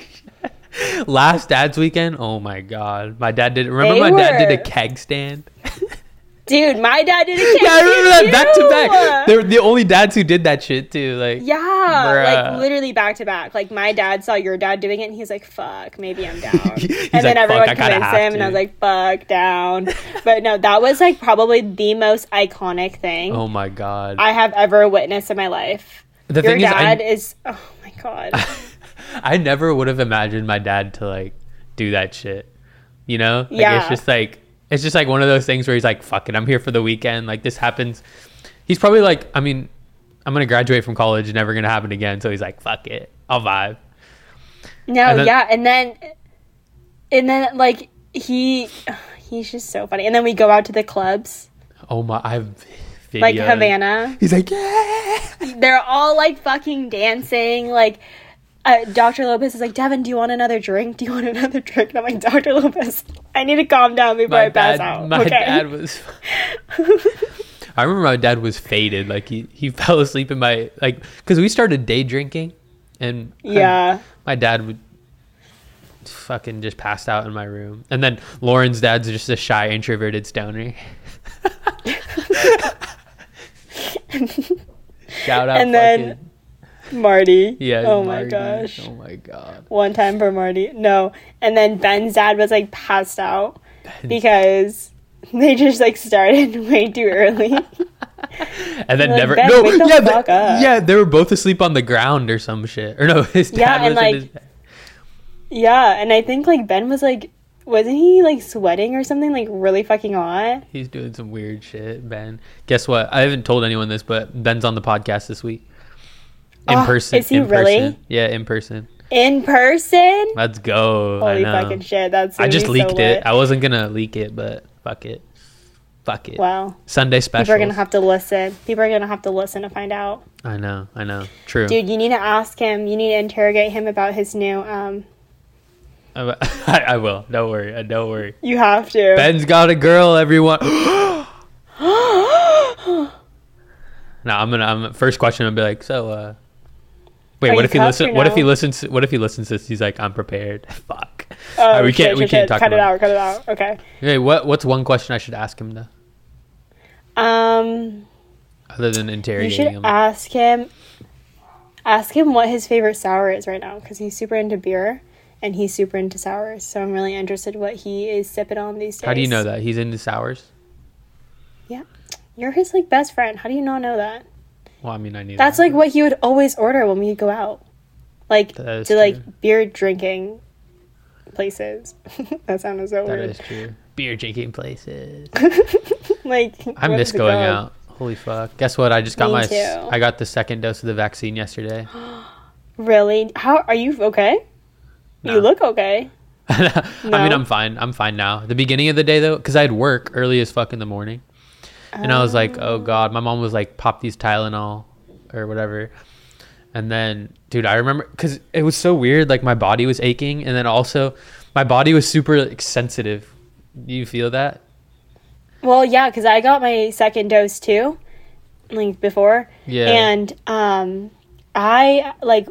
Speaker 2: fir- last dad's weekend oh my god my dad did remember
Speaker 3: They
Speaker 2: my dad did a
Speaker 3: were- *laughs*
Speaker 2: keg stand
Speaker 3: Dude, my dad did a
Speaker 2: yeah i remember that back to back
Speaker 3: too.
Speaker 2: they were the only dads who did that shit too like
Speaker 3: Yeah,
Speaker 2: Bruh.
Speaker 3: like literally back to back. Like my dad saw your dad doing it and he's like, fuck, maybe I'm down. and
Speaker 2: *laughs* He's
Speaker 3: then
Speaker 2: like,
Speaker 3: everyone
Speaker 2: "Fuck, I kinda
Speaker 3: convinced him
Speaker 2: have
Speaker 3: and I was
Speaker 2: to."
Speaker 3: like, fuck,
Speaker 2: *laughs*
Speaker 3: down. but no, that was like probably the most iconic thing
Speaker 2: oh my god
Speaker 3: I have ever witnessed in my life.
Speaker 2: the
Speaker 3: your
Speaker 2: thing is
Speaker 3: dad
Speaker 2: I,
Speaker 3: is, oh my
Speaker 2: *laughs*
Speaker 3: God.
Speaker 2: I never would have imagined my dad to like do that shit you know like, it's
Speaker 3: Yeah.
Speaker 2: just like it's just like one of those things where he's like fuck it i'm here for the weekend like this happens he's probably like i mean i'm gonna graduate from college never gonna happen again so he's like fuck it i'll vibe
Speaker 3: No,
Speaker 2: And then-
Speaker 3: yeah, and then and then like he *sighs* he's just so funny. And then we go out to the clubs,
Speaker 2: Oh my! I have videos.
Speaker 3: like Havana.
Speaker 2: He's like, yeah.
Speaker 3: They're all like fucking dancing. Like uh, Dr. Lopez is like, Devin, do you want another drink? Do you want another drink? And I'm like, Dr. Lopez, I need to calm down before
Speaker 2: My
Speaker 3: I pass
Speaker 2: dad,
Speaker 3: out.
Speaker 2: my
Speaker 3: okay.
Speaker 2: *laughs* dad was. I remember my dad was faded. Like he he *laughs* fell asleep in my like because we started day drinking, and
Speaker 3: *laughs*
Speaker 2: I-
Speaker 3: yeah.
Speaker 2: my dad would fucking just passed out in my room, and then Lauren's dad's just a shy
Speaker 3: *laughs*
Speaker 2: introverted stoner. Shout out,
Speaker 3: And then-
Speaker 2: fucking-
Speaker 3: Marty.
Speaker 2: yeah.
Speaker 3: Oh
Speaker 2: Marty.
Speaker 3: my gosh.
Speaker 2: Oh my god.
Speaker 3: One time for Marty. No. And then Ben's dad was like passed out
Speaker 2: Mm.
Speaker 3: because they just like started *laughs* way too
Speaker 2: *laughs*
Speaker 3: early.
Speaker 2: And then
Speaker 3: Like,
Speaker 2: never
Speaker 3: Ben,
Speaker 2: no
Speaker 3: wake the
Speaker 2: yeah they,
Speaker 3: fuck up.
Speaker 2: yeah they were both asleep on the ground or some shit or no *laughs* his
Speaker 3: Yeah,
Speaker 2: dad
Speaker 3: and,
Speaker 2: was in
Speaker 3: like,
Speaker 2: his bed.
Speaker 3: Yeah, and I think like Ben was like wasn't he like sweating or something like really fucking hot?
Speaker 2: He's doing some weird shit, Ben. Guess what? I haven't told anyone this, but Ben's on the podcast this week. In
Speaker 3: Oh,
Speaker 2: person.
Speaker 3: is he
Speaker 2: in
Speaker 3: really?
Speaker 2: person. Yeah, in person.
Speaker 3: In person?
Speaker 2: Let's go.
Speaker 3: Holy
Speaker 2: I know.
Speaker 3: fucking shit! That's
Speaker 2: I
Speaker 3: gonna
Speaker 2: just
Speaker 3: be so
Speaker 2: leaked
Speaker 3: lit.
Speaker 2: it. I wasn't gonna leak it, but fuck it. Fuck it.
Speaker 3: Wow,
Speaker 2: Sunday
Speaker 3: people are
Speaker 2: special.
Speaker 3: gonna have to listen. People are gonna have to listen to find out.
Speaker 2: I know, I know. True.
Speaker 3: Dude, you need to ask him. You need to interrogate him about his new. Um,
Speaker 2: I, I- *laughs* I will. Don't worry. Uh, Don't worry.
Speaker 3: you have to. *gasps*
Speaker 2: Ben's got a girl, everyone. no,
Speaker 3: Oh,
Speaker 2: I'm gonna I'm first question I'm gonna be like, so uh Wait,
Speaker 3: Are
Speaker 2: what
Speaker 3: you
Speaker 2: if he
Speaker 3: cuffed or
Speaker 2: listens? What if he
Speaker 3: no?
Speaker 2: listens? What if he listens to this? He's like, I'm prepared. *laughs* Fuck.
Speaker 3: Oh,
Speaker 2: Uh, we
Speaker 3: shit,
Speaker 2: can't. we
Speaker 3: shit,
Speaker 2: can't
Speaker 3: shit.
Speaker 2: talk
Speaker 3: Cut it
Speaker 2: about.
Speaker 3: out. Cut it out. Okay.
Speaker 2: It. Hey, what? What's one question I should ask him though,
Speaker 3: Um,
Speaker 2: other than
Speaker 3: you
Speaker 2: interrogating
Speaker 3: should
Speaker 2: him?
Speaker 3: ask him. Ask him what his favorite sour is right now, because he's super into beer, and he's super into sours. So I'm really interested what he is sipping on these days.
Speaker 2: How do you know that he's into sours?
Speaker 3: Yeah, you're his like best friend. How do you not know that?
Speaker 2: Well, I mean, I knew.
Speaker 3: That's
Speaker 2: that.
Speaker 3: like what he would always order when we go out, like
Speaker 2: That
Speaker 3: to
Speaker 2: is true.
Speaker 3: like beer drinking places. *laughs* that sounded so
Speaker 2: That
Speaker 3: weird.
Speaker 2: is true. Beer drinking places.
Speaker 3: like
Speaker 2: I miss going out. Holy fuck! Guess what? I just got
Speaker 3: Me
Speaker 2: my. s-
Speaker 3: too.
Speaker 2: I got the second dose of the vaccine
Speaker 3: *gasps*
Speaker 2: yesterday.
Speaker 3: Really? How are you okay?
Speaker 2: No.
Speaker 3: You look okay.
Speaker 2: *laughs* I mean,
Speaker 3: No.
Speaker 2: I'm fine. I'm fine now. The beginning of the day though, because I had work early as fuck in the morning, and I was like, oh god. My mom was like, pop these Tylenol or whatever. And then, dude, I remember because it was so weird. Like my body was aching, and then also my body was super like, sensitive. Do you feel that?
Speaker 3: Well, yeah, because I got my second dose too, like before.
Speaker 2: Yeah.
Speaker 3: And um, I like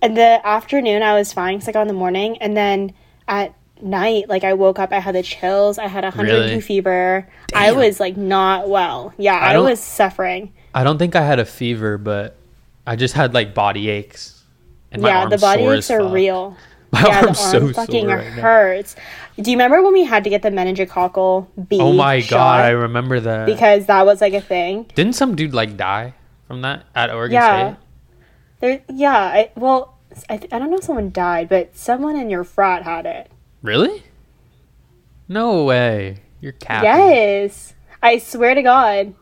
Speaker 3: in the afternoon I was fine, 'cause, like on the morning, and then at night, like I woke up, I had the chills, I had a hundred and two
Speaker 2: Really?
Speaker 3: fever, I was like not well. Yeah,
Speaker 2: I
Speaker 3: I,
Speaker 2: don't-
Speaker 3: was suffering.
Speaker 2: I don't think I had a fever, but I just had like body aches. And
Speaker 3: yeah, the
Speaker 2: arm's
Speaker 3: body
Speaker 2: sore
Speaker 3: aches
Speaker 2: as
Speaker 3: are
Speaker 2: fuck.
Speaker 3: real.
Speaker 2: *laughs* My
Speaker 3: Yeah,
Speaker 2: arm's
Speaker 3: the arm
Speaker 2: so
Speaker 3: fucking
Speaker 2: sore right now.
Speaker 3: hurts. Do you remember when we had to get the meningococcal B?
Speaker 2: Oh my god,
Speaker 3: shot?
Speaker 2: I remember that.
Speaker 3: because that was like a thing.
Speaker 2: Didn't some dude like die from that at Oregon
Speaker 3: Yeah.
Speaker 2: State?
Speaker 3: There, yeah. I, well, I, th- I don't know if someone died, but someone in your frat had it.
Speaker 2: Really? No way. You're capping.
Speaker 3: Yes. I swear to God,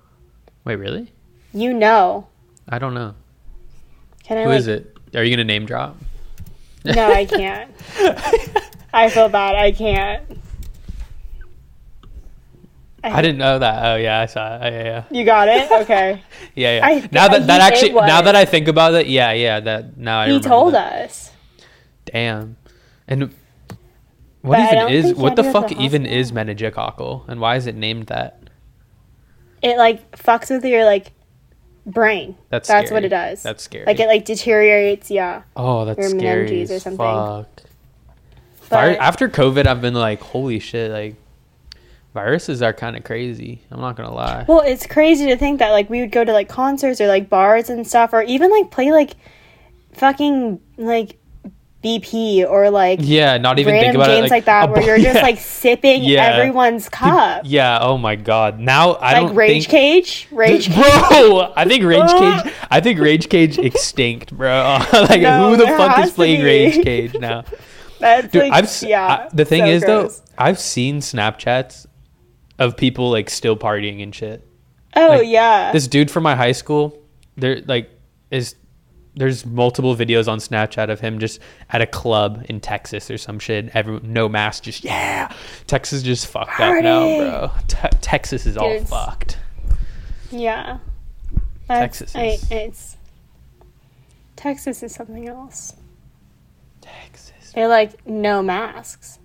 Speaker 2: Wait, really?
Speaker 3: you know.
Speaker 2: I don't know.
Speaker 3: Can I?
Speaker 2: Who
Speaker 3: like,
Speaker 2: is it? Are you gonna name drop?
Speaker 3: No,
Speaker 2: *laughs*
Speaker 3: I can't. I feel bad. I can't.
Speaker 2: I didn't know that. Oh yeah, I saw it. Oh, yeah, yeah.
Speaker 3: You got it. Okay.
Speaker 2: Yeah, yeah.
Speaker 3: I-
Speaker 2: now
Speaker 3: I
Speaker 2: that that
Speaker 3: think it
Speaker 2: actually now
Speaker 3: was.
Speaker 2: that I think about it, yeah, yeah, that now I
Speaker 3: he
Speaker 2: remember
Speaker 3: told
Speaker 2: that.
Speaker 3: us.
Speaker 2: Damn. And what
Speaker 3: But I
Speaker 2: even
Speaker 3: don't
Speaker 2: is
Speaker 3: think you
Speaker 2: what
Speaker 3: had
Speaker 2: the
Speaker 3: to go to
Speaker 2: fuck
Speaker 3: the
Speaker 2: even is meningococcal and why is it named that?
Speaker 3: It like fucks with your like brain.
Speaker 2: That's
Speaker 3: That's
Speaker 2: scary.
Speaker 3: what it does.
Speaker 2: That's scary.
Speaker 3: Like it like deteriorates. Yeah.
Speaker 2: oh, that's
Speaker 3: your
Speaker 2: scary.
Speaker 3: meninges or
Speaker 2: Or something.
Speaker 3: something.
Speaker 2: Fuck. Vir-
Speaker 3: But
Speaker 2: after COVID, I've been like, holy shit, like viruses are kind of crazy. I'm not gonna lie.
Speaker 3: Well, it's crazy to think that like we would go to like concerts or like bars and stuff, or even like play like fucking like BP or like
Speaker 2: yeah, not even think
Speaker 3: random
Speaker 2: about
Speaker 3: games
Speaker 2: it
Speaker 3: like, that
Speaker 2: a
Speaker 3: where
Speaker 2: bar- *laughs*
Speaker 3: you're just
Speaker 2: yeah.
Speaker 3: like sipping
Speaker 2: Yeah.
Speaker 3: everyone's cup,
Speaker 2: yeah. Oh my god. Now I
Speaker 3: like
Speaker 2: don't
Speaker 3: Rage
Speaker 2: think.
Speaker 3: Cage, Rage. Cage.
Speaker 2: *laughs* Bro, I think
Speaker 3: *laughs*
Speaker 2: Rage Cage. I think Rage Cage extinct, bro. *laughs* like,
Speaker 3: No,
Speaker 2: who the
Speaker 3: there
Speaker 2: fuck
Speaker 3: has
Speaker 2: is
Speaker 3: to
Speaker 2: playing
Speaker 3: be. *laughs*
Speaker 2: Rage Cage now?
Speaker 3: That's
Speaker 2: Dude,
Speaker 3: like
Speaker 2: I've s-
Speaker 3: yeah.
Speaker 2: I- the thing
Speaker 3: so
Speaker 2: is
Speaker 3: gross.
Speaker 2: though, I've seen Snapchats of people like still partying and shit.
Speaker 3: oh
Speaker 2: like,
Speaker 3: yeah,
Speaker 2: this dude from my high school there like is there's multiple videos on snapchat of him just at a club in texas or some shit every no mask just yeah texas just fucked up now
Speaker 3: Party.
Speaker 2: bro Te- texas is all
Speaker 3: Dudes.
Speaker 2: fucked
Speaker 3: yeah. That's,
Speaker 2: Texas
Speaker 3: I,
Speaker 2: is-
Speaker 3: it's Texas is something else.
Speaker 2: texas
Speaker 3: They're like no masks.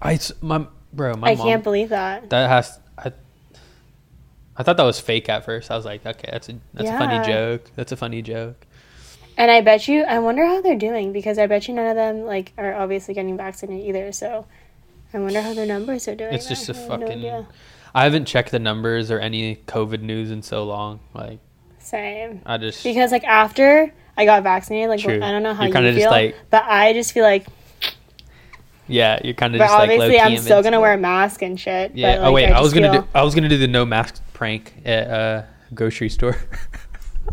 Speaker 2: i s- my bro my
Speaker 3: I
Speaker 2: mom
Speaker 3: can't believe that.
Speaker 2: that has i I thought that was fake at first. I was like, okay, that's a that's a
Speaker 3: Yeah.
Speaker 2: funny joke. That's a funny joke.
Speaker 3: And I bet you, I wonder how they're doing because I bet you none of them like are obviously getting vaccinated either. So I wonder how their numbers are doing.
Speaker 2: It's just
Speaker 3: I
Speaker 2: a
Speaker 3: have no
Speaker 2: fucking.
Speaker 3: idea.
Speaker 2: I haven't checked the numbers or any COVID news in so long. Like
Speaker 3: same.
Speaker 2: I just
Speaker 3: Because like after I got vaccinated, like
Speaker 2: True.
Speaker 3: I don't know how
Speaker 2: You're
Speaker 3: you
Speaker 2: kinda
Speaker 3: feel,
Speaker 2: just, like-
Speaker 3: but I just feel like.
Speaker 2: Yeah, you're kind of
Speaker 3: But
Speaker 2: just like
Speaker 3: obviously,
Speaker 2: low-key
Speaker 3: I'm still gonna
Speaker 2: invincible.
Speaker 3: wear a mask and shit.
Speaker 2: Yeah.
Speaker 3: But,
Speaker 2: oh
Speaker 3: like,
Speaker 2: wait, I, was
Speaker 3: just
Speaker 2: gonna
Speaker 3: feel-
Speaker 2: do. I was gonna do the no mask prank at uh, grocery store.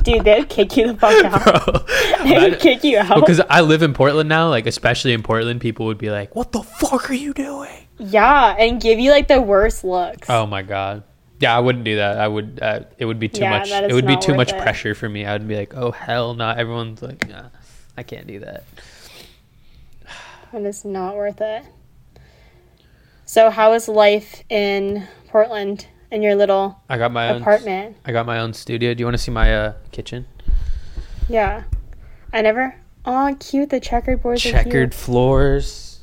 Speaker 3: Dude, they'd kick you the
Speaker 2: *laughs*
Speaker 3: fuck out. *laughs* They'd
Speaker 2: Because
Speaker 3: kick you out.
Speaker 2: Oh, I live in Portland now, like especially in Portland, people would be like, "What the fuck are you doing?"
Speaker 3: yeah, and give you like the worst looks.
Speaker 2: Oh my god. Yeah, I wouldn't do that. I would. Uh, it would be too
Speaker 3: Yeah,
Speaker 2: much.
Speaker 3: that is
Speaker 2: It would be
Speaker 3: not
Speaker 2: too
Speaker 3: worth
Speaker 2: much
Speaker 3: it.
Speaker 2: pressure for me. I'd be like, "Oh hell, no!" Everyone's like, nah, "I can't do that."
Speaker 3: And it's not worth it. So, how is life in Portland in your little
Speaker 2: I got my own
Speaker 3: apartment?
Speaker 2: I got my own studio. Do you want to see my uh, kitchen?
Speaker 3: Yeah. I never. Oh, cute. The checkered boards are
Speaker 2: Checkered
Speaker 3: cute.
Speaker 2: floors.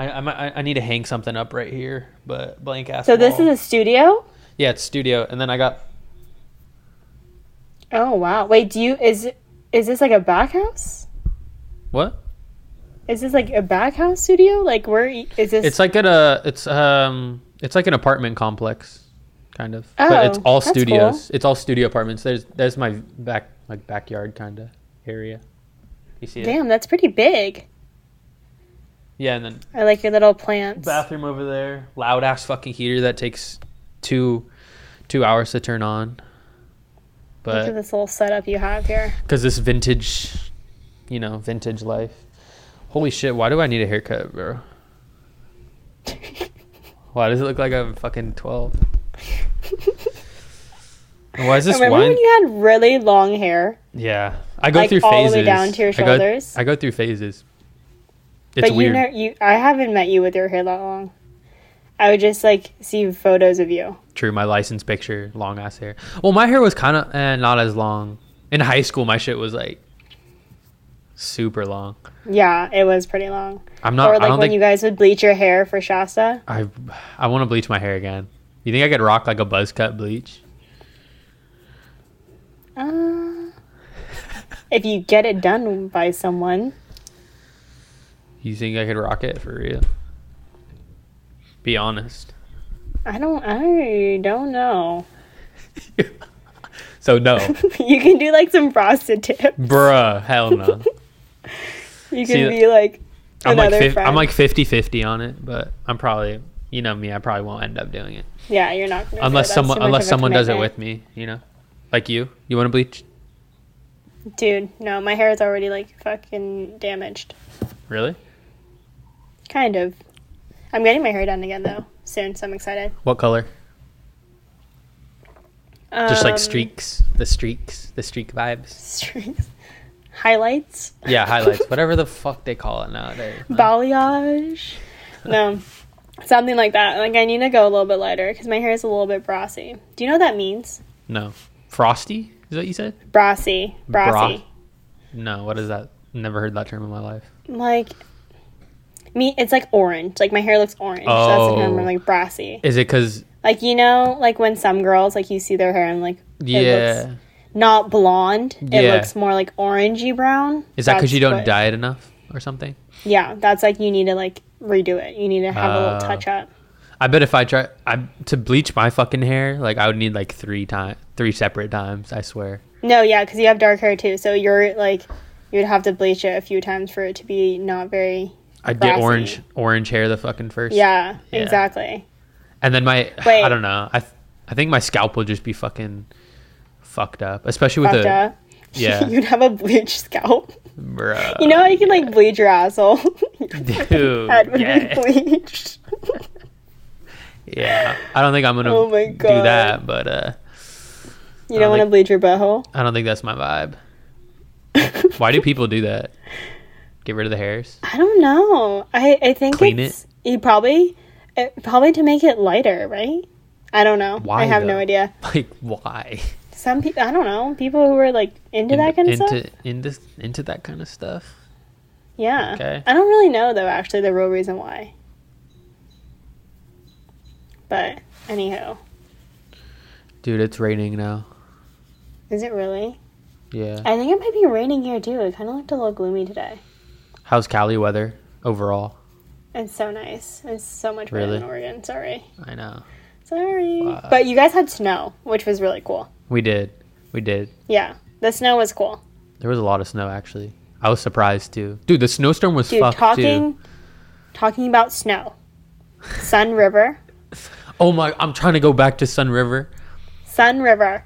Speaker 2: I, I might- I I need to hang something up right here, but blank ass.
Speaker 3: So, this
Speaker 2: wall.
Speaker 3: is a studio?
Speaker 2: yeah, it's studio, and then I got
Speaker 3: Oh, wow. Wait, do you. Is is this like a back house?
Speaker 2: what?
Speaker 3: Is this like a back house studio? Like, where y- is this?
Speaker 2: It's like at a it's um it's like an apartment complex, kind of. but it's
Speaker 3: Oh,
Speaker 2: all
Speaker 3: that's
Speaker 2: studios. It's all studio apartments. There's there's my back like backyard kind of area. You see it?
Speaker 3: Damn, that's pretty big.
Speaker 2: Yeah, and then
Speaker 3: I like your little plants.
Speaker 2: bathroom over there. Loud ass fucking heater that takes two two hours to turn on.
Speaker 3: Look at
Speaker 2: But
Speaker 3: this little setup you have here.
Speaker 2: because this vintage, you know, vintage life. Holy shit! Why do I need a
Speaker 3: *laughs*
Speaker 2: haircut, bro? Why does it look like I'm fucking
Speaker 3: *laughs*
Speaker 2: twelve? And Why is this
Speaker 3: Remember
Speaker 2: wine?
Speaker 3: when you had really long hair,
Speaker 2: yeah, I go
Speaker 3: like,
Speaker 2: through phases.
Speaker 3: all the way down to your
Speaker 2: I go-
Speaker 3: shoulders?
Speaker 2: I go, through phases. It's
Speaker 3: but you
Speaker 2: weird.
Speaker 3: know, you I haven't met you with your hair that long. I would just like see photos of you.
Speaker 2: True, my license picture, long ass hair. Well, my hair was kind of eh, not as long. In high school, my shit was like super long.
Speaker 3: Yeah, it was pretty long.
Speaker 2: I'm not.
Speaker 3: or
Speaker 2: I
Speaker 3: like
Speaker 2: don't
Speaker 3: when
Speaker 2: think
Speaker 3: you guys would bleach your hair for Shasta.
Speaker 2: I I want to bleach my hair again. You think I could rock like a buzz cut bleach?
Speaker 3: Uh, if you get it done by someone,
Speaker 2: You think I could rock it for real?
Speaker 3: *laughs*
Speaker 2: Be honest.
Speaker 3: I don't. I don't know. *laughs*
Speaker 2: So no,
Speaker 3: you can do like some frosted tip.
Speaker 2: bruh, hell no.
Speaker 3: You can
Speaker 2: See,
Speaker 3: be like *laughs*
Speaker 2: I'm like
Speaker 3: another
Speaker 2: fif-
Speaker 3: friend.
Speaker 2: I'm like 50-50 on it, but I'm probably you know me. I probably won't end up doing it
Speaker 3: yeah, you're not gonna do it.
Speaker 2: unless
Speaker 3: That's
Speaker 2: someone
Speaker 3: too much
Speaker 2: unless
Speaker 3: of a
Speaker 2: someone does it
Speaker 3: commitment.
Speaker 2: with me. You know, like you. You want to bleach?
Speaker 3: Dude, no, my hair is already like fucking damaged.
Speaker 2: Really?
Speaker 3: Kind of. I'm getting my hair done again though soon, so I'm excited.
Speaker 2: What color? Just
Speaker 3: Um, *laughs*
Speaker 2: like streaks, the streaks, the streak vibes.
Speaker 3: Streaks. Highlights.
Speaker 2: Yeah,
Speaker 3: *laughs*
Speaker 2: highlights, whatever the fuck they call it nowadays.
Speaker 3: Balayage. No, something like that. Like I need to go a little bit lighter because my hair is a little bit brassy. Do you know what that means?
Speaker 2: No, frosty is what you said.
Speaker 3: Brassy.
Speaker 2: Bra-
Speaker 3: Brassy.
Speaker 2: No, what is that? Never heard that term in my life.
Speaker 3: Like. Me, it's like orange. Like my hair looks orange. So that's like,
Speaker 2: Oh.
Speaker 3: I'm like brassy.
Speaker 2: Is it because
Speaker 3: Like you know, like when some girls like you see their hair and like it
Speaker 2: yeah?
Speaker 3: looks not blonde. It
Speaker 2: Yeah.
Speaker 3: looks more like orangey brown.
Speaker 2: Is that because
Speaker 3: That's
Speaker 2: you don't
Speaker 3: what-
Speaker 2: dye it enough or something?
Speaker 3: Yeah, that's like you need to like redo it. You need to have a
Speaker 2: Oh.
Speaker 3: little touch up.
Speaker 2: I bet if I try I to bleach my fucking hair, like I would need like three time, three separate times. I swear.
Speaker 3: No, yeah, because you have dark hair too, so you're like you'd have to bleach it a few times for it to be not very.
Speaker 2: I'd get
Speaker 3: Grassy.
Speaker 2: orange orange hair the fucking first.
Speaker 3: Yeah,
Speaker 2: Yeah.
Speaker 3: exactly.
Speaker 2: And then my
Speaker 3: Wait.
Speaker 2: I don't know. I th- I think my scalp will just be fucking fucked up, especially with
Speaker 3: Fucked
Speaker 2: the
Speaker 3: up.
Speaker 2: *laughs* yeah,
Speaker 3: *laughs* you'd have a bleached scalp.
Speaker 2: bruh.
Speaker 3: You know how you can like bleach your asshole. *laughs*
Speaker 2: *laughs* Dude,
Speaker 3: Head would
Speaker 2: yeah.
Speaker 3: be bleached. *laughs*
Speaker 2: yeah. I don't think I'm gonna
Speaker 3: Oh my
Speaker 2: do
Speaker 3: God.
Speaker 2: that, but uh,
Speaker 3: You don't want to
Speaker 2: like-
Speaker 3: bleach your butthole.
Speaker 2: I don't think that's my
Speaker 3: *laughs*
Speaker 2: vibe. Why do people do that? Get rid of the hairs. *laughs*
Speaker 3: I don't know. I I think
Speaker 2: Clean
Speaker 3: it's, You probably it, probably to make it lighter, right? I don't know.
Speaker 2: Why,
Speaker 3: I have
Speaker 2: though?
Speaker 3: no idea.
Speaker 2: Like why?
Speaker 3: Some people, I don't know. People who are like into that kind of
Speaker 2: into,
Speaker 3: stuff.
Speaker 2: Into into that kind of stuff.
Speaker 3: Yeah.
Speaker 2: Okay.
Speaker 3: I don't really know though. Actually, the real reason why. But anyhow,
Speaker 2: Dude, it's raining now.
Speaker 3: is it really?
Speaker 2: Yeah.
Speaker 3: I think it might be raining here too. It kind of looked a little gloomy today.
Speaker 2: How's Cali weather overall?
Speaker 3: It's so nice. It's so much better
Speaker 2: Really?
Speaker 3: than Oregon. Sorry,
Speaker 2: I know.
Speaker 3: sorry.
Speaker 2: Wow.
Speaker 3: But you guys had snow, which was really cool.
Speaker 2: We did. We did.
Speaker 3: Yeah, the snow was cool.
Speaker 2: There was a lot of snow actually. I was surprised too. Dude, the snowstorm was
Speaker 3: Dude,
Speaker 2: fucked
Speaker 3: talking,
Speaker 2: too.
Speaker 3: talking about snow. Sun River,
Speaker 2: Oh my I'm trying to go back to Sun River.
Speaker 3: Sun River.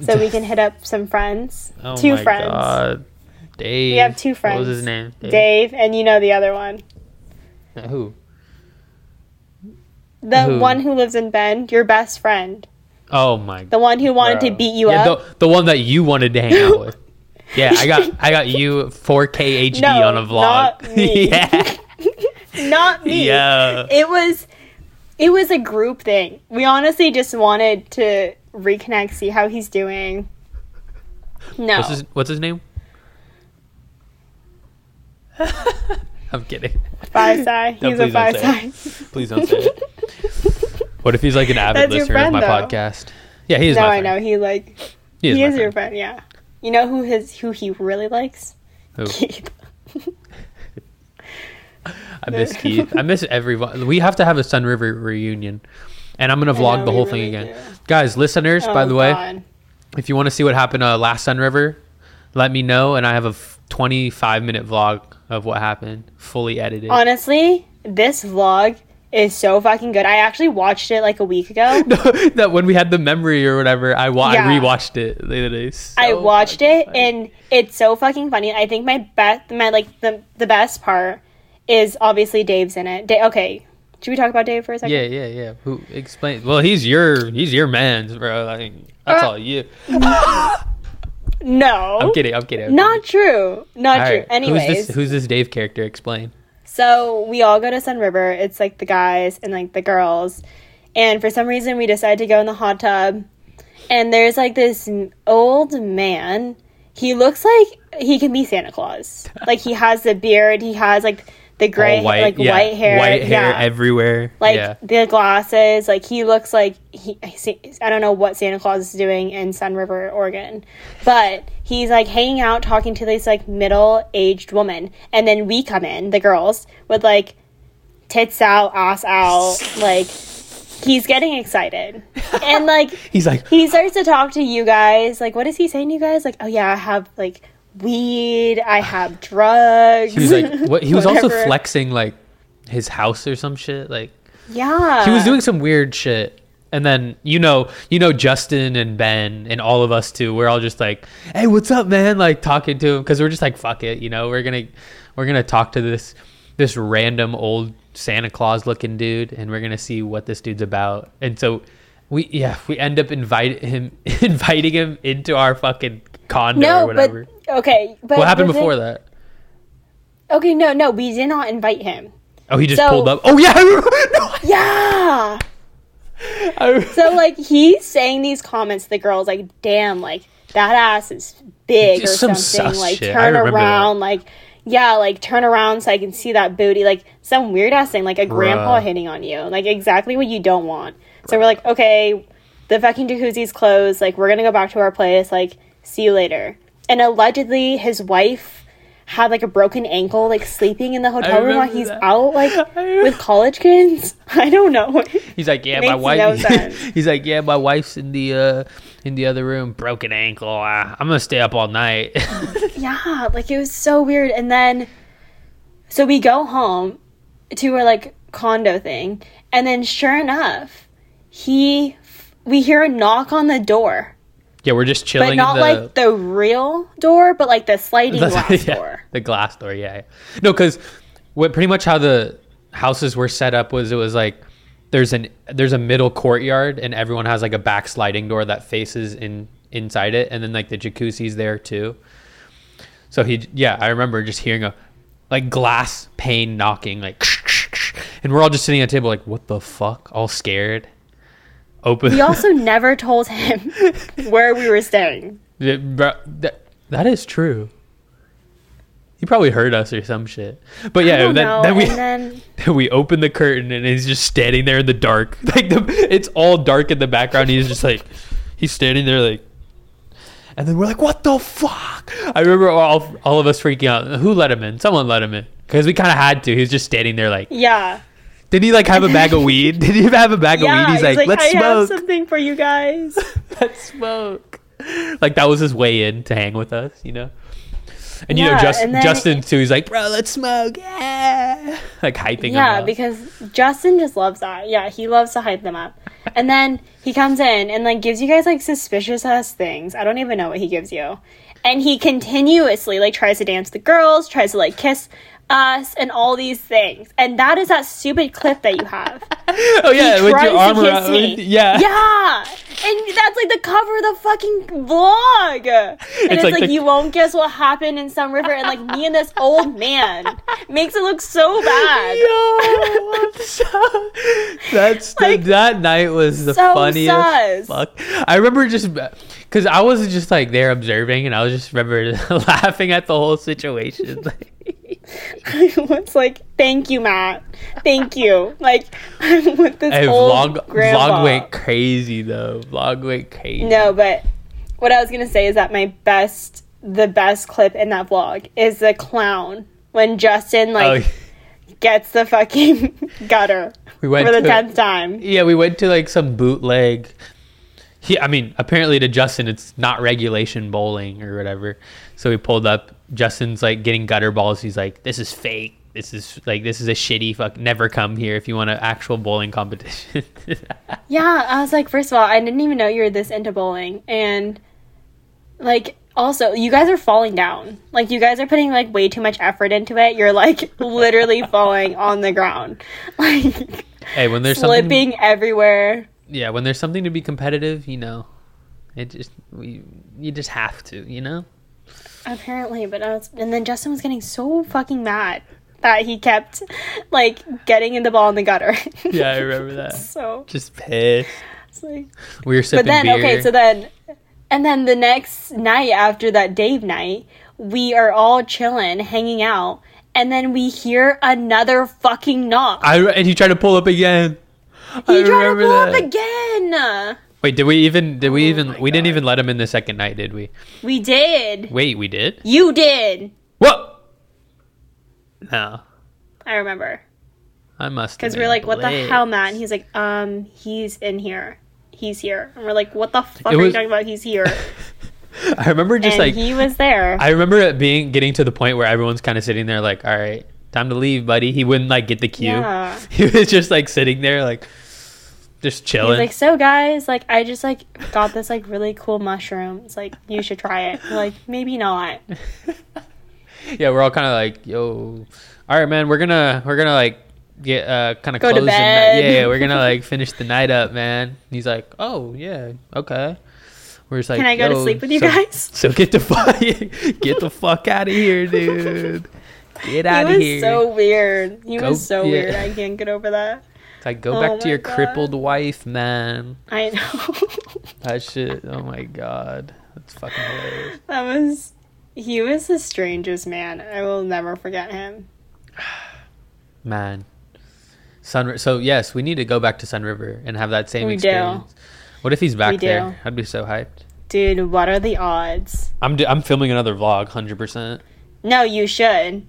Speaker 3: so
Speaker 2: *laughs*
Speaker 3: we can hit up some friends.
Speaker 2: Oh
Speaker 3: two
Speaker 2: my
Speaker 3: friends.
Speaker 2: God. Dave.
Speaker 3: We have two friends.
Speaker 2: What was his name?
Speaker 3: Dave, and you know the other one.
Speaker 2: Uh, Who?
Speaker 3: The
Speaker 2: Who?
Speaker 3: one who lives in Bend, your best friend.
Speaker 2: Oh my god.
Speaker 3: The one who wanted to
Speaker 1: Bro.
Speaker 3: beat you
Speaker 2: Um, yeah,
Speaker 3: up.
Speaker 2: the, the one that you wanted to hang
Speaker 3: *laughs*
Speaker 2: out with. Yeah, I got I got you 4K HD
Speaker 3: No,
Speaker 2: on a vlog. *laughs*
Speaker 3: not me.
Speaker 2: yeah.
Speaker 3: Not me.
Speaker 2: Yeah.
Speaker 3: It was it was a group thing. We honestly just wanted to reconnect, see how he's doing. No.
Speaker 2: What's his What's his name? I'm kidding.
Speaker 3: Five side.
Speaker 2: *laughs* No,
Speaker 3: He's a
Speaker 2: please don't
Speaker 3: five
Speaker 2: say
Speaker 3: side.
Speaker 2: Please don't say it. *laughs* What if he's like an avid
Speaker 3: That's your
Speaker 2: listener of
Speaker 3: friend,
Speaker 2: my
Speaker 3: though.
Speaker 2: podcast? Yeah, he is.
Speaker 3: No,
Speaker 2: my
Speaker 3: I
Speaker 2: friend.
Speaker 3: know. He like
Speaker 2: He is,
Speaker 3: he
Speaker 2: my
Speaker 3: is your
Speaker 2: friend.
Speaker 3: friend, yeah. You know who his who he really likes? *laughs*
Speaker 2: Who?
Speaker 3: Keith. *laughs*
Speaker 2: I miss Keith. I miss everyone. We have to have a Sun River reunion, and I'm gonna vlog
Speaker 3: know,
Speaker 2: the
Speaker 3: we
Speaker 2: whole
Speaker 3: really
Speaker 2: thing again,
Speaker 3: do.
Speaker 2: guys. Listeners, by
Speaker 3: Oh,
Speaker 2: the way,
Speaker 3: God.
Speaker 2: if you want to see what happened uh, last Sun River, let me know, and I have a f- 25 minute vlog of what happened, fully edited.
Speaker 3: Honestly, this vlog is so fucking good. I actually watched it like a week
Speaker 2: *laughs*
Speaker 3: ago.
Speaker 2: *laughs* that when we had the memory or whatever, I, wa-
Speaker 3: Yeah.
Speaker 2: I rewatched it the other day. So
Speaker 3: I watched
Speaker 2: fucking
Speaker 3: it
Speaker 2: funny.
Speaker 3: and it's so fucking funny. I think my best, my like the the best part is obviously Dave's in it. Da- okay, should we talk about Dave for a second?
Speaker 2: yeah, yeah, yeah. Who explain? Well, he's your he's your man's bro. Like, that's
Speaker 3: Uh,
Speaker 2: all you.
Speaker 3: No,
Speaker 2: I'm kidding. I'm kidding. I'm
Speaker 3: not true, not true.
Speaker 2: kidding. All right,
Speaker 3: Anyways,
Speaker 2: *laughs* who's this, who's this Dave character? Explain.
Speaker 3: So we all go to Sun River. It's like the guys and like the girls. And for some reason, we decide to go in the hot tub. And there's like this m- old man. He looks like he can be Santa
Speaker 2: *laughs*
Speaker 3: Claus. Like he has the beard. He has like the gray,
Speaker 2: All white,
Speaker 3: like
Speaker 2: yeah.
Speaker 3: white hair.
Speaker 2: white hair
Speaker 3: yeah.
Speaker 2: everywhere.
Speaker 3: like
Speaker 2: yeah.
Speaker 3: the glasses. Like he looks like he. I see- I don't know what Santa Claus is doing in Sun River, Oregon, but he's like hanging out, talking to this like middle-aged woman, and then we come in, the girls, with like tits out, ass
Speaker 2: *laughs*
Speaker 3: out, like. He's getting excited. And like
Speaker 2: He's like,
Speaker 3: he starts to talk to you guys. Like, what is he saying to you guys? Like, oh yeah, I have like weed, I have drugs.
Speaker 2: *sighs* he
Speaker 3: *laughs*
Speaker 2: was like, what? He was also
Speaker 3: Whatever.
Speaker 2: flexing like his house or some shit. Like
Speaker 3: Yeah.
Speaker 2: he was doing some weird shit. And then you know, you know, Justin and Ben and all of us too. We're all just like, "Hey, what's up, man?" Like talking to him because we're just like, "Fuck it," you know. We're gonna, we're gonna talk to this, this random old Santa Claus looking dude, and we're gonna see what this dude's about. And so, we yeah, we end up invite him, *laughs* inviting him into our fucking condo or
Speaker 3: No,
Speaker 2: whatever.
Speaker 3: but okay, but
Speaker 2: what happened
Speaker 3: the thing-
Speaker 2: before that?
Speaker 3: Okay, no, no, we did not invite him.
Speaker 2: Oh, he just
Speaker 3: So-
Speaker 2: pulled up. Oh yeah, I remember- *laughs*
Speaker 3: Yeah.
Speaker 2: no, I remember.
Speaker 3: So like he's saying these comments, to the girls like, "Damn, like that ass is big or
Speaker 2: Just some
Speaker 3: something."
Speaker 2: sus
Speaker 3: Like
Speaker 2: shit. I
Speaker 3: turn
Speaker 2: remember that.
Speaker 3: around, like yeah, like turn around so I can see that booty. Like some weird ass thing, like a grandpa
Speaker 2: Bruh.
Speaker 3: hitting on you, like exactly what you don't want. So we're like, okay, the fucking jacuzzi's closed. Like we're gonna go back to our place. Like see you later. And allegedly, his wife had like a broken ankle, like sleeping in the hotel room while
Speaker 2: remember
Speaker 3: he's
Speaker 2: that.
Speaker 3: out,
Speaker 2: *laughs*
Speaker 3: like with college kids. *laughs* I don't know.
Speaker 2: He's like, yeah,
Speaker 3: Makes
Speaker 2: my wife. *laughs*
Speaker 3: no sense.
Speaker 2: he's like, yeah, my wife's in the uh, in the other room, broken ankle. Ah, I'm gonna stay up all night. *laughs*
Speaker 3: Yeah, like it was so weird. And then, so we go home to our like condo thing, and then sure enough, he, we hear a knock on the door,
Speaker 2: yeah, we're just chilling.
Speaker 3: but not
Speaker 2: in the,
Speaker 3: like the real door, but like the sliding glass
Speaker 2: *laughs* yeah,
Speaker 3: door.
Speaker 2: The glass door, yeah. yeah. No, because what pretty much how the houses were set up was it was like there's an there's a middle courtyard and everyone has like a back sliding door that faces in inside it, and then like the jacuzzi's there too. So he, yeah, I remember just hearing a like glass pane knocking, like, *laughs* and we're all just sitting at a table, like, what the fuck, all scared. Open.
Speaker 3: We
Speaker 2: *laughs*
Speaker 3: also never told him where we were staying.
Speaker 2: Yeah, bro, that, that is true. He probably heard us or some shit. But
Speaker 3: I
Speaker 2: yeah,
Speaker 3: don't
Speaker 2: then,
Speaker 3: know.
Speaker 2: then we
Speaker 3: and then
Speaker 2: then *laughs* we open the curtain and he's just standing there in the dark. *laughs* Like the, it's all dark in the background. He's just like he's standing there like. And then we're like, "What the fuck?" I remember all all of us freaking out. Who let him in? Someone let him in because we kind of had to. He was just standing there like.
Speaker 3: yeah,
Speaker 2: Did he like have a bag of weed? *laughs* Did he have a bag of
Speaker 3: yeah.
Speaker 2: weed? He's like, "Let's
Speaker 3: I have
Speaker 2: smoke."
Speaker 3: something for you
Speaker 2: *laughs*
Speaker 3: guys. *laughs*
Speaker 2: that smoke. Like that was his way in to hang with us, you know. And you know,
Speaker 3: Yeah,
Speaker 2: Just,
Speaker 3: and then-
Speaker 2: Justin too. He's like, bro, let's smoke, yeah, like hyping.
Speaker 3: Yeah,
Speaker 2: him up.
Speaker 3: because Justin just loves that. Yeah, he loves to hype them up. And then he comes in and like gives you guys like suspicious ass things. I don't even know what he gives you. And he continuously like tries to dance the girls, tries to like kiss us and all these things. And that is that stupid clip that you
Speaker 2: *laughs*
Speaker 3: have.
Speaker 2: Oh yeah,
Speaker 3: He
Speaker 2: with
Speaker 3: tries
Speaker 2: your
Speaker 3: to
Speaker 2: arm
Speaker 3: kiss
Speaker 2: around.
Speaker 3: me.
Speaker 2: Yeah.
Speaker 3: Yeah. And that's like the cover of the fucking vlog. And it's,
Speaker 2: like
Speaker 3: like,
Speaker 2: the-
Speaker 3: you won't guess what happened in some river and like me and this old man makes it look so
Speaker 2: *laughs*
Speaker 3: bad.
Speaker 2: *laughs* Yo, I'm so- that's the,
Speaker 3: Like,
Speaker 2: that night was the
Speaker 3: so
Speaker 2: funniest.
Speaker 3: sus.
Speaker 2: Fuck, I remember just because I was just like there observing, and I was just remember *laughs* laughing at the whole situation. *laughs*
Speaker 3: *laughs* it's like, thank you, Matt. Thank you. Like, *laughs* I'm with this
Speaker 2: hey,
Speaker 3: old
Speaker 2: vlog
Speaker 3: grandma.
Speaker 2: vlog went crazy though. Vlog went crazy.
Speaker 3: No, but what I was gonna say is that my best, the best clip in that vlog is the clown when Justin
Speaker 2: Oh, *laughs*
Speaker 3: like gets the fucking *laughs* gutter
Speaker 2: we went
Speaker 3: for the
Speaker 2: to-
Speaker 3: tenth time.
Speaker 2: Yeah, we went to like some bootleg. He, I mean, apparently to Justin, it's not regulation bowling or whatever. So we pulled up. Justin's like getting gutter balls. He's like, "This is fake. This is like this is a shitty fuck. Never come here if you want an actual bowling competition." *laughs*
Speaker 3: Yeah, I was like, first of all, I didn't even know you were this into bowling, and like. Also, you guys are falling down. Like you guys are putting like way too much effort into it. You're
Speaker 2: *laughs*
Speaker 3: like literally falling on the ground. *laughs* Like
Speaker 2: hey, when there's something,
Speaker 3: slipping everywhere.
Speaker 2: yeah, when there's something to be competitive, you know, it just we, you just have to, you know.
Speaker 3: Apparently, but I was, and then Justin was getting so fucking mad that he kept like getting in the ball in the gutter. *laughs*
Speaker 2: Yeah, I remember that.
Speaker 3: so
Speaker 2: *laughs* Just pissed.
Speaker 3: it's like,
Speaker 2: We were
Speaker 3: but
Speaker 2: sipping
Speaker 3: then
Speaker 2: beer.
Speaker 3: okay, so then, and then the next night after that Dave night, we are all chilling, hanging out, and then we hear another fucking knock.
Speaker 2: I and he tried to pull up again.
Speaker 3: he tried to pull up again.
Speaker 2: Wait, did we even? Did we even?
Speaker 3: Oh my
Speaker 2: We didn't
Speaker 3: God.
Speaker 2: even let him in the second night, did we?
Speaker 3: We did.
Speaker 2: Wait, we did.
Speaker 3: You did.
Speaker 2: What? No,
Speaker 3: I remember.
Speaker 2: I must.
Speaker 3: Because we're like, what the hell, Matt? And he's like, um, he's in here. He's here. And we're like, what the fuck
Speaker 2: It
Speaker 3: are
Speaker 2: was-
Speaker 3: you talking about? He's
Speaker 2: *laughs*
Speaker 3: here.
Speaker 2: I remember just
Speaker 3: and
Speaker 2: like
Speaker 3: he was there.
Speaker 2: I remember it being getting to the point where everyone's kind of sitting there like, all right, time to leave, buddy. He wouldn't like get the cue.
Speaker 3: Yeah.
Speaker 2: *laughs* He was just like sitting there like, just
Speaker 3: He's
Speaker 2: chilling.
Speaker 3: like, so guys, like, I just like got this like really cool mushroom. It's like you should try it. We're like maybe not.
Speaker 2: *laughs* yeah, we're all kind of like, yo, all right, man, we're gonna we're gonna like get uh kind of
Speaker 3: Go to
Speaker 2: close the night.
Speaker 3: bed.
Speaker 2: Yeah, yeah, we're
Speaker 3: *laughs*
Speaker 2: gonna like finish the night up, man. And he's like, oh yeah, okay. We're just like,
Speaker 3: Can I go to
Speaker 2: yo,
Speaker 3: sleep with you
Speaker 2: so-
Speaker 3: guys?
Speaker 2: So get the fuck *laughs* get the fuck out
Speaker 3: *laughs*
Speaker 2: of here, dude.
Speaker 3: He
Speaker 2: Get out of
Speaker 3: was
Speaker 2: here.
Speaker 3: so weird. He
Speaker 2: Go-
Speaker 3: was so
Speaker 2: yeah.
Speaker 3: weird. I can't get over that.
Speaker 2: It's like go
Speaker 3: Oh
Speaker 2: back to
Speaker 3: my
Speaker 2: your
Speaker 3: God.
Speaker 2: crippled wife, man.
Speaker 3: I know. *laughs*
Speaker 2: That shit. Oh my god, that's fucking hilarious.
Speaker 3: that was. He was the strangest man. I will never forget him.
Speaker 2: Man. Sun so yes, we need to go back to Sun River and have that same
Speaker 3: We do.
Speaker 2: experience. What if he's back
Speaker 3: We do.
Speaker 2: there? I'd be so hyped.
Speaker 3: Dude, what are the odds?
Speaker 2: I'm d- I'm filming another vlog 100%.
Speaker 3: No, you should.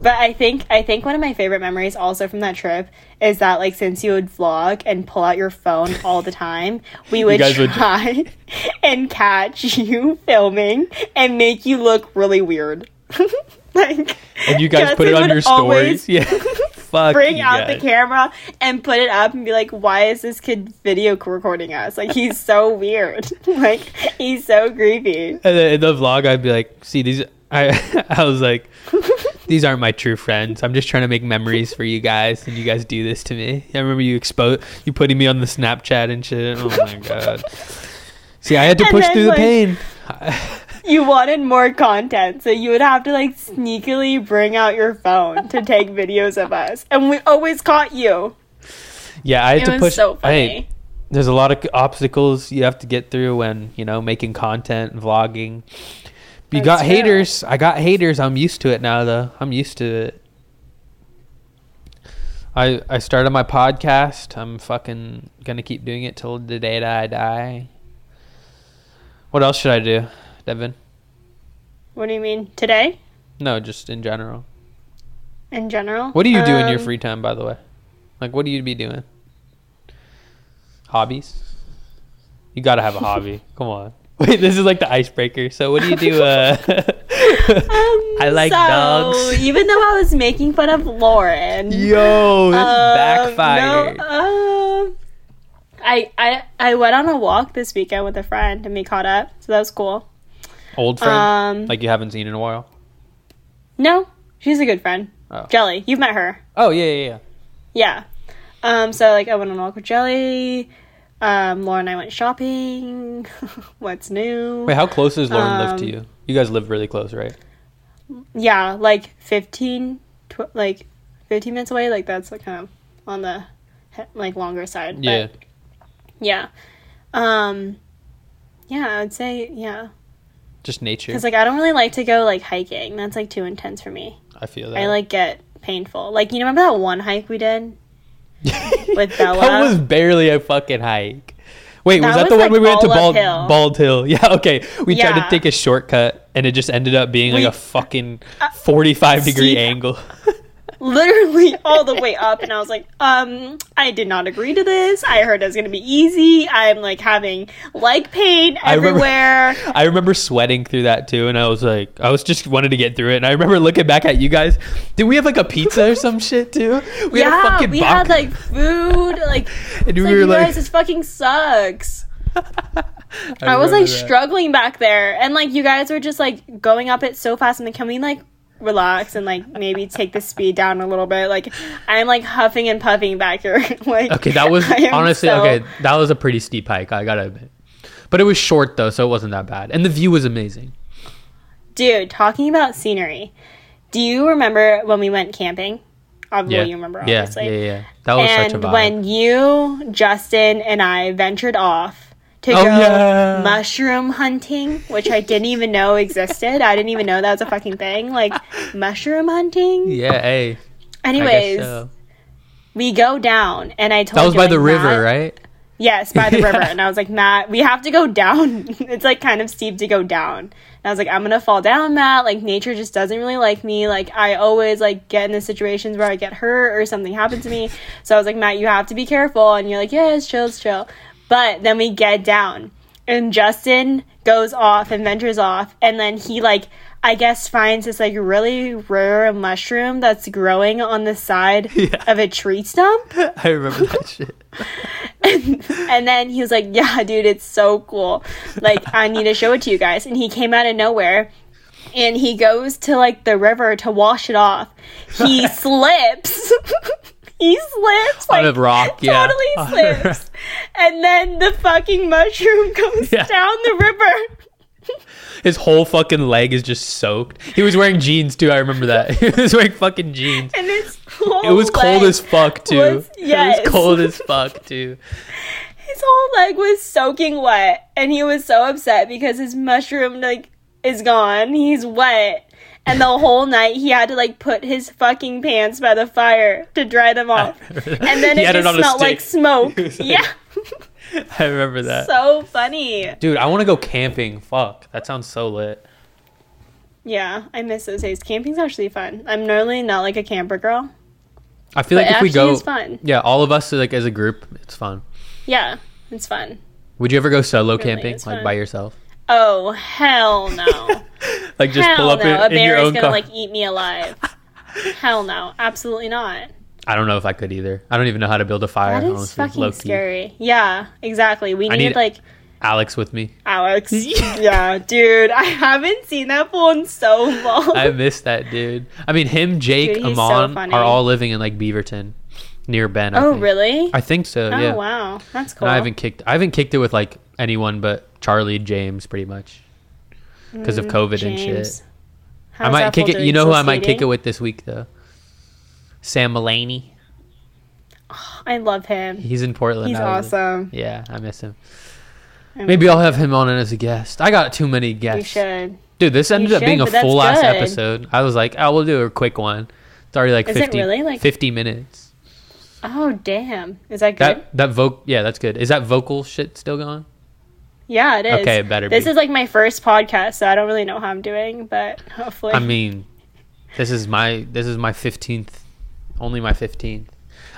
Speaker 3: But I think I think one of my favorite memories also from that trip is that like since you would vlog and pull out your phone all the time, we would
Speaker 2: guys would-
Speaker 3: try *laughs* and catch you filming and make you look really weird. *laughs* like *laughs*
Speaker 2: And you guys put it
Speaker 3: Justin
Speaker 2: on
Speaker 3: would
Speaker 2: your
Speaker 3: always
Speaker 2: stories. *laughs* Yeah. Fuck.
Speaker 3: Bring
Speaker 2: you
Speaker 3: out the
Speaker 2: guys.
Speaker 3: camera and put it up and be like, why is this kid video recording us? Like he's so weird. *laughs* like he's so creepy.
Speaker 2: And then in the vlog I'd be like, "See these I *laughs* I
Speaker 3: *laughs*
Speaker 2: was like, these aren't my true friends. I'm just trying to make memories for you guys and you guys do this to me." I remember you expose you putting me on the Snapchat and shit. Oh my
Speaker 3: *laughs*
Speaker 2: god. See, I had to
Speaker 3: And
Speaker 2: push
Speaker 3: then,
Speaker 2: through the
Speaker 3: like-
Speaker 2: pain.
Speaker 3: *laughs* you wanted more content, so you would have to like sneakily bring out your phone to *laughs* take videos of us, and we always caught you.
Speaker 2: Yeah, I had
Speaker 3: It
Speaker 2: to
Speaker 3: was
Speaker 2: push.
Speaker 3: so
Speaker 2: hey,
Speaker 3: funny.
Speaker 2: there's a lot of obstacles you have to get through when you know making content, and vlogging. You got
Speaker 3: That's true.
Speaker 2: haters. I got haters. I'm used to it now, though. I'm used to it. I I started my podcast. I'm fucking gonna keep doing it till the day that I die. What else should I do, Devin?
Speaker 3: What do you mean today
Speaker 2: No, just in general.
Speaker 3: in general?
Speaker 2: What do you do in your
Speaker 3: Um, *laughs*
Speaker 2: free *laughs* time, by the way? Like, what do you be doing? Hobbies? You gotta have
Speaker 3: *laughs*
Speaker 2: a hobby. Come on. Wait, this is like the icebreaker. So, what do you do? Uh, *laughs*
Speaker 3: Um,
Speaker 2: I like
Speaker 3: so,
Speaker 2: dogs.
Speaker 3: Even though I was making fun of Lauren,
Speaker 2: Yo, this
Speaker 3: um,
Speaker 2: backfired.
Speaker 3: No, um, I, I I went on a walk this weekend with a friend and we caught up, so that was cool.
Speaker 2: Old friend,
Speaker 3: Um,
Speaker 2: like you haven't seen in a while.
Speaker 3: No, she's a good friend.
Speaker 2: Oh.
Speaker 3: Jelly, you've met her.
Speaker 2: Oh yeah, yeah, yeah.
Speaker 3: Yeah. Um, so like I went on a walk with Jelly. Um, Laura and I went shopping. *laughs* What's new?
Speaker 2: Wait, how close does Lauren live to
Speaker 3: Um,
Speaker 2: you? You guys live really close, right?
Speaker 3: yeah, like 15, tw- like 15 minutes away. Like that's like kind of on the he- like longer side. but-
Speaker 2: yeah.
Speaker 3: Yeah. Um, yeah, I would say yeah.
Speaker 2: Just nature.
Speaker 3: Because like I don't really like to go like hiking. That's like too intense for me.
Speaker 2: I feel that.
Speaker 3: I like get painful. Like you remember that one hike we did? *laughs* with Bella.
Speaker 2: that was barely a fucking hike. Wait, was
Speaker 3: That was,
Speaker 2: that the one
Speaker 3: like,
Speaker 2: we went to
Speaker 3: Bald
Speaker 2: Bald
Speaker 3: Hill.
Speaker 2: Bald Hill? *laughs* Yeah, okay. We tried to
Speaker 3: Yeah.
Speaker 2: take a shortcut and it just ended up being
Speaker 3: We- uh,
Speaker 2: like a fucking 45 degree
Speaker 3: Steep.
Speaker 2: angle. *laughs*
Speaker 3: Literally *laughs* all the way up, and I was like, um, I did not agree to this. I heard it was gonna be easy. I'm like having leg pain
Speaker 2: I remember-
Speaker 3: everywhere.
Speaker 2: I remember sweating through that too and I was like I was just wanted to get through it and I remember looking back at you guys. Did we have like a pizza or
Speaker 3: *laughs*
Speaker 2: some shit too? *laughs* We
Speaker 3: yeah,
Speaker 2: had a fucking
Speaker 3: we
Speaker 2: box
Speaker 3: had
Speaker 2: *laughs*
Speaker 3: like food. Like,
Speaker 2: and
Speaker 3: it's
Speaker 2: we
Speaker 3: like,
Speaker 2: were
Speaker 3: you
Speaker 2: like
Speaker 3: guys, this fucking sucks. I, was
Speaker 2: remember
Speaker 3: like
Speaker 2: that.
Speaker 3: struggling back there, and like you guys were just like going up it so fast. I'm like, can we like relax and like maybe take the speed down a little bit? Like, I'm like huffing and puffing back here. *laughs* like,
Speaker 2: Okay, that
Speaker 3: *laughs*
Speaker 2: was
Speaker 3: I am
Speaker 2: honestly
Speaker 3: so-
Speaker 2: okay. That was a pretty steep hike. I gotta admit, but it was short though, so it wasn't that bad, and the view was amazing.
Speaker 3: Dude, talking about scenery, do you remember when we went camping? Obviously,
Speaker 2: Yeah,
Speaker 3: you remember,
Speaker 2: yeah,
Speaker 3: obviously.
Speaker 2: yeah, yeah. That was
Speaker 3: and
Speaker 2: such a vibe.
Speaker 3: when you, Justin, and I ventured off to go
Speaker 2: Oh, yeah.
Speaker 3: mushroom hunting, which I didn't even know existed. I didn't even know that was a fucking thing. Like mushroom hunting.
Speaker 2: yeah, hey. I guess
Speaker 3: Anyways,
Speaker 2: so.
Speaker 3: we go down, and I told
Speaker 2: that was
Speaker 3: you,
Speaker 2: by
Speaker 3: like,
Speaker 2: the river,
Speaker 3: Matt-
Speaker 2: right?
Speaker 3: Yes, by the
Speaker 2: Yeah.
Speaker 3: river. And I was like, Matt, we have to go down. *laughs* it's like kind of steep to go down. And I was like, I'm gonna fall down, Matt. Like nature just doesn't really like me. Like I always like get in the situations where I get hurt or something happens to me. So I was like, Matt, you have to be careful. And you're like, Yeah, it's chill, it's chill. But then we get down, and Justin goes off and ventures off, and then he like. I guess finds this like really rare mushroom that's growing on the side
Speaker 2: *laughs* Yeah.
Speaker 3: of a tree stump
Speaker 2: *laughs* I remember *laughs* that shit.
Speaker 3: and then he was like, "Yeah, dude, it's so cool. Like, I need to show it to you guys." And he came out of nowhere, and he goes to like the river to wash it off.
Speaker 2: *laughs*
Speaker 3: He slips. *laughs* he slips like
Speaker 2: On a rock, yeah.
Speaker 3: totally
Speaker 2: *laughs* On a
Speaker 3: slips, and then the fucking mushroom *laughs* comes
Speaker 2: Yeah.
Speaker 3: down the river.
Speaker 2: His whole fucking leg is just soaked. He was wearing jeans too. I remember that. *laughs* he was wearing fucking jeans.
Speaker 3: And it's whole
Speaker 2: It was cold
Speaker 3: leg-
Speaker 2: as fuck too.
Speaker 3: was-
Speaker 2: It
Speaker 3: *laughs* yes.
Speaker 2: was cold as fuck too.
Speaker 3: his whole leg was soaking wet and he was so upset because his mushroom like is gone he's wet and the whole night he had to like put his fucking pants by the fire to dry them
Speaker 2: *laughs*
Speaker 3: off and then
Speaker 2: He
Speaker 3: it
Speaker 2: had it
Speaker 3: just
Speaker 2: on a
Speaker 3: smelled like
Speaker 2: stick.
Speaker 3: smoke
Speaker 2: *laughs* He was like-
Speaker 3: yeah *laughs*
Speaker 2: I remember that.
Speaker 3: so funny
Speaker 2: Dude, I want to go camping. Fuck, that sounds so lit.
Speaker 3: yeah i miss those days camping's actually fun i'm normally not like a camper girl
Speaker 2: I feel
Speaker 3: But
Speaker 2: like if
Speaker 3: actually
Speaker 2: we go,
Speaker 3: it's fun.
Speaker 2: yeah, all of us like as a group, it's fun.
Speaker 3: yeah it's fun
Speaker 2: Would you ever go solo camping,
Speaker 3: it's
Speaker 2: like
Speaker 3: fun.
Speaker 2: by yourself?
Speaker 3: oh hell no
Speaker 2: Like *laughs* just
Speaker 3: hell
Speaker 2: pull up
Speaker 3: no a
Speaker 2: in, in your
Speaker 3: bear is
Speaker 2: own
Speaker 3: gonna
Speaker 2: car.
Speaker 3: like eat me
Speaker 2: *laughs*
Speaker 3: alive hell no absolutely not
Speaker 2: I don't know if I could either. I don't even know how to build a fire.
Speaker 3: That is
Speaker 2: honestly,
Speaker 3: fucking
Speaker 2: low key.
Speaker 3: scary. Yeah, exactly. We need,
Speaker 2: need- *laughs*
Speaker 3: like
Speaker 2: Alex with me.
Speaker 3: Alex. yeah, dude. I haven't seen that fool in so long. *laughs*
Speaker 2: I miss that dude. I mean, him, Jake,
Speaker 3: Dude, he's so
Speaker 2: Amon
Speaker 3: funny.
Speaker 2: are all living in like Beaverton, near Ben. I
Speaker 3: oh,
Speaker 2: think.
Speaker 3: really?
Speaker 2: I think so.
Speaker 3: oh,
Speaker 2: yeah.
Speaker 3: wow. That's cool.
Speaker 2: And I haven't kicked. I haven't kicked it with like anyone but Charlie, James, pretty much, because of COVID and shit.
Speaker 3: Mm, James.
Speaker 2: I
Speaker 3: How's
Speaker 2: might
Speaker 3: that
Speaker 2: kick
Speaker 3: fool
Speaker 2: it. You
Speaker 3: doing?
Speaker 2: know who
Speaker 3: Still
Speaker 2: I might kick it
Speaker 3: skating?
Speaker 2: with this week though? Sam Mulaney.
Speaker 3: I love him.
Speaker 2: He's in Portland.
Speaker 3: He's
Speaker 2: I was in-
Speaker 3: awesome.
Speaker 2: Yeah, I miss him.
Speaker 3: I
Speaker 2: Maybe I'll have him on as a guest. I got too many
Speaker 3: You
Speaker 2: guests.
Speaker 3: should.
Speaker 2: Dude, this ended up
Speaker 3: should,
Speaker 2: being a
Speaker 3: but that's
Speaker 2: full ass
Speaker 3: good.
Speaker 2: episode. I was like, oh, we'll do a quick one. It's already like
Speaker 3: Is it
Speaker 2: 50,
Speaker 3: really? Like-
Speaker 2: 50 minutes.
Speaker 3: Oh, damn. Is that good?
Speaker 2: That that voc yeah, that's good. Is that vocal shit still going?
Speaker 3: yeah, it is.
Speaker 2: Okay, it better
Speaker 3: This
Speaker 2: be.
Speaker 3: is like my first podcast, so I don't really know how I'm doing, but hopefully. *laughs*
Speaker 2: I mean, this is my this is my 15th, only my 15th.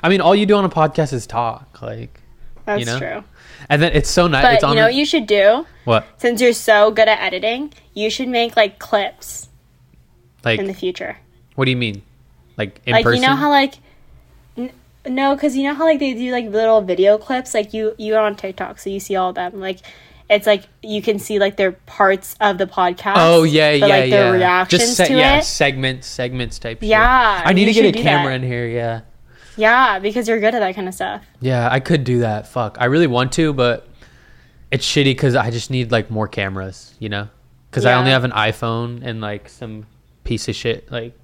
Speaker 2: I mean, all you do on a podcast is talk, like,
Speaker 3: that's
Speaker 2: you know,
Speaker 3: true.
Speaker 2: and then it's so nice.
Speaker 3: But
Speaker 2: it's
Speaker 3: you
Speaker 2: on
Speaker 3: know
Speaker 2: a-
Speaker 3: what you should do?
Speaker 2: what
Speaker 3: Since you're so good at editing, you should make like clips in
Speaker 2: like
Speaker 3: the future.
Speaker 2: what do you mean, like in
Speaker 3: like
Speaker 2: person?
Speaker 3: you know how like n- No, because you know how like they do like little video clips, like you you're on TikTok, so you see all of them. Like it's like you can see like their parts of the podcast.
Speaker 2: Oh yeah, yeah,
Speaker 3: but, like,
Speaker 2: yeah.
Speaker 3: Their reactions
Speaker 2: Just se-
Speaker 3: to
Speaker 2: yeah,
Speaker 3: it.
Speaker 2: segments, segments type. shit.
Speaker 3: Yeah,
Speaker 2: I
Speaker 3: you
Speaker 2: need to get a
Speaker 3: should do that.
Speaker 2: camera in here. Yeah,
Speaker 3: Yeah, because you're good at that kind of stuff.
Speaker 2: yeah, I could do that. Fuck, I really want to, but it's shitty because I just need like more cameras. You know, because I
Speaker 3: Yeah.
Speaker 2: only have an iPhone and like some piece of shit like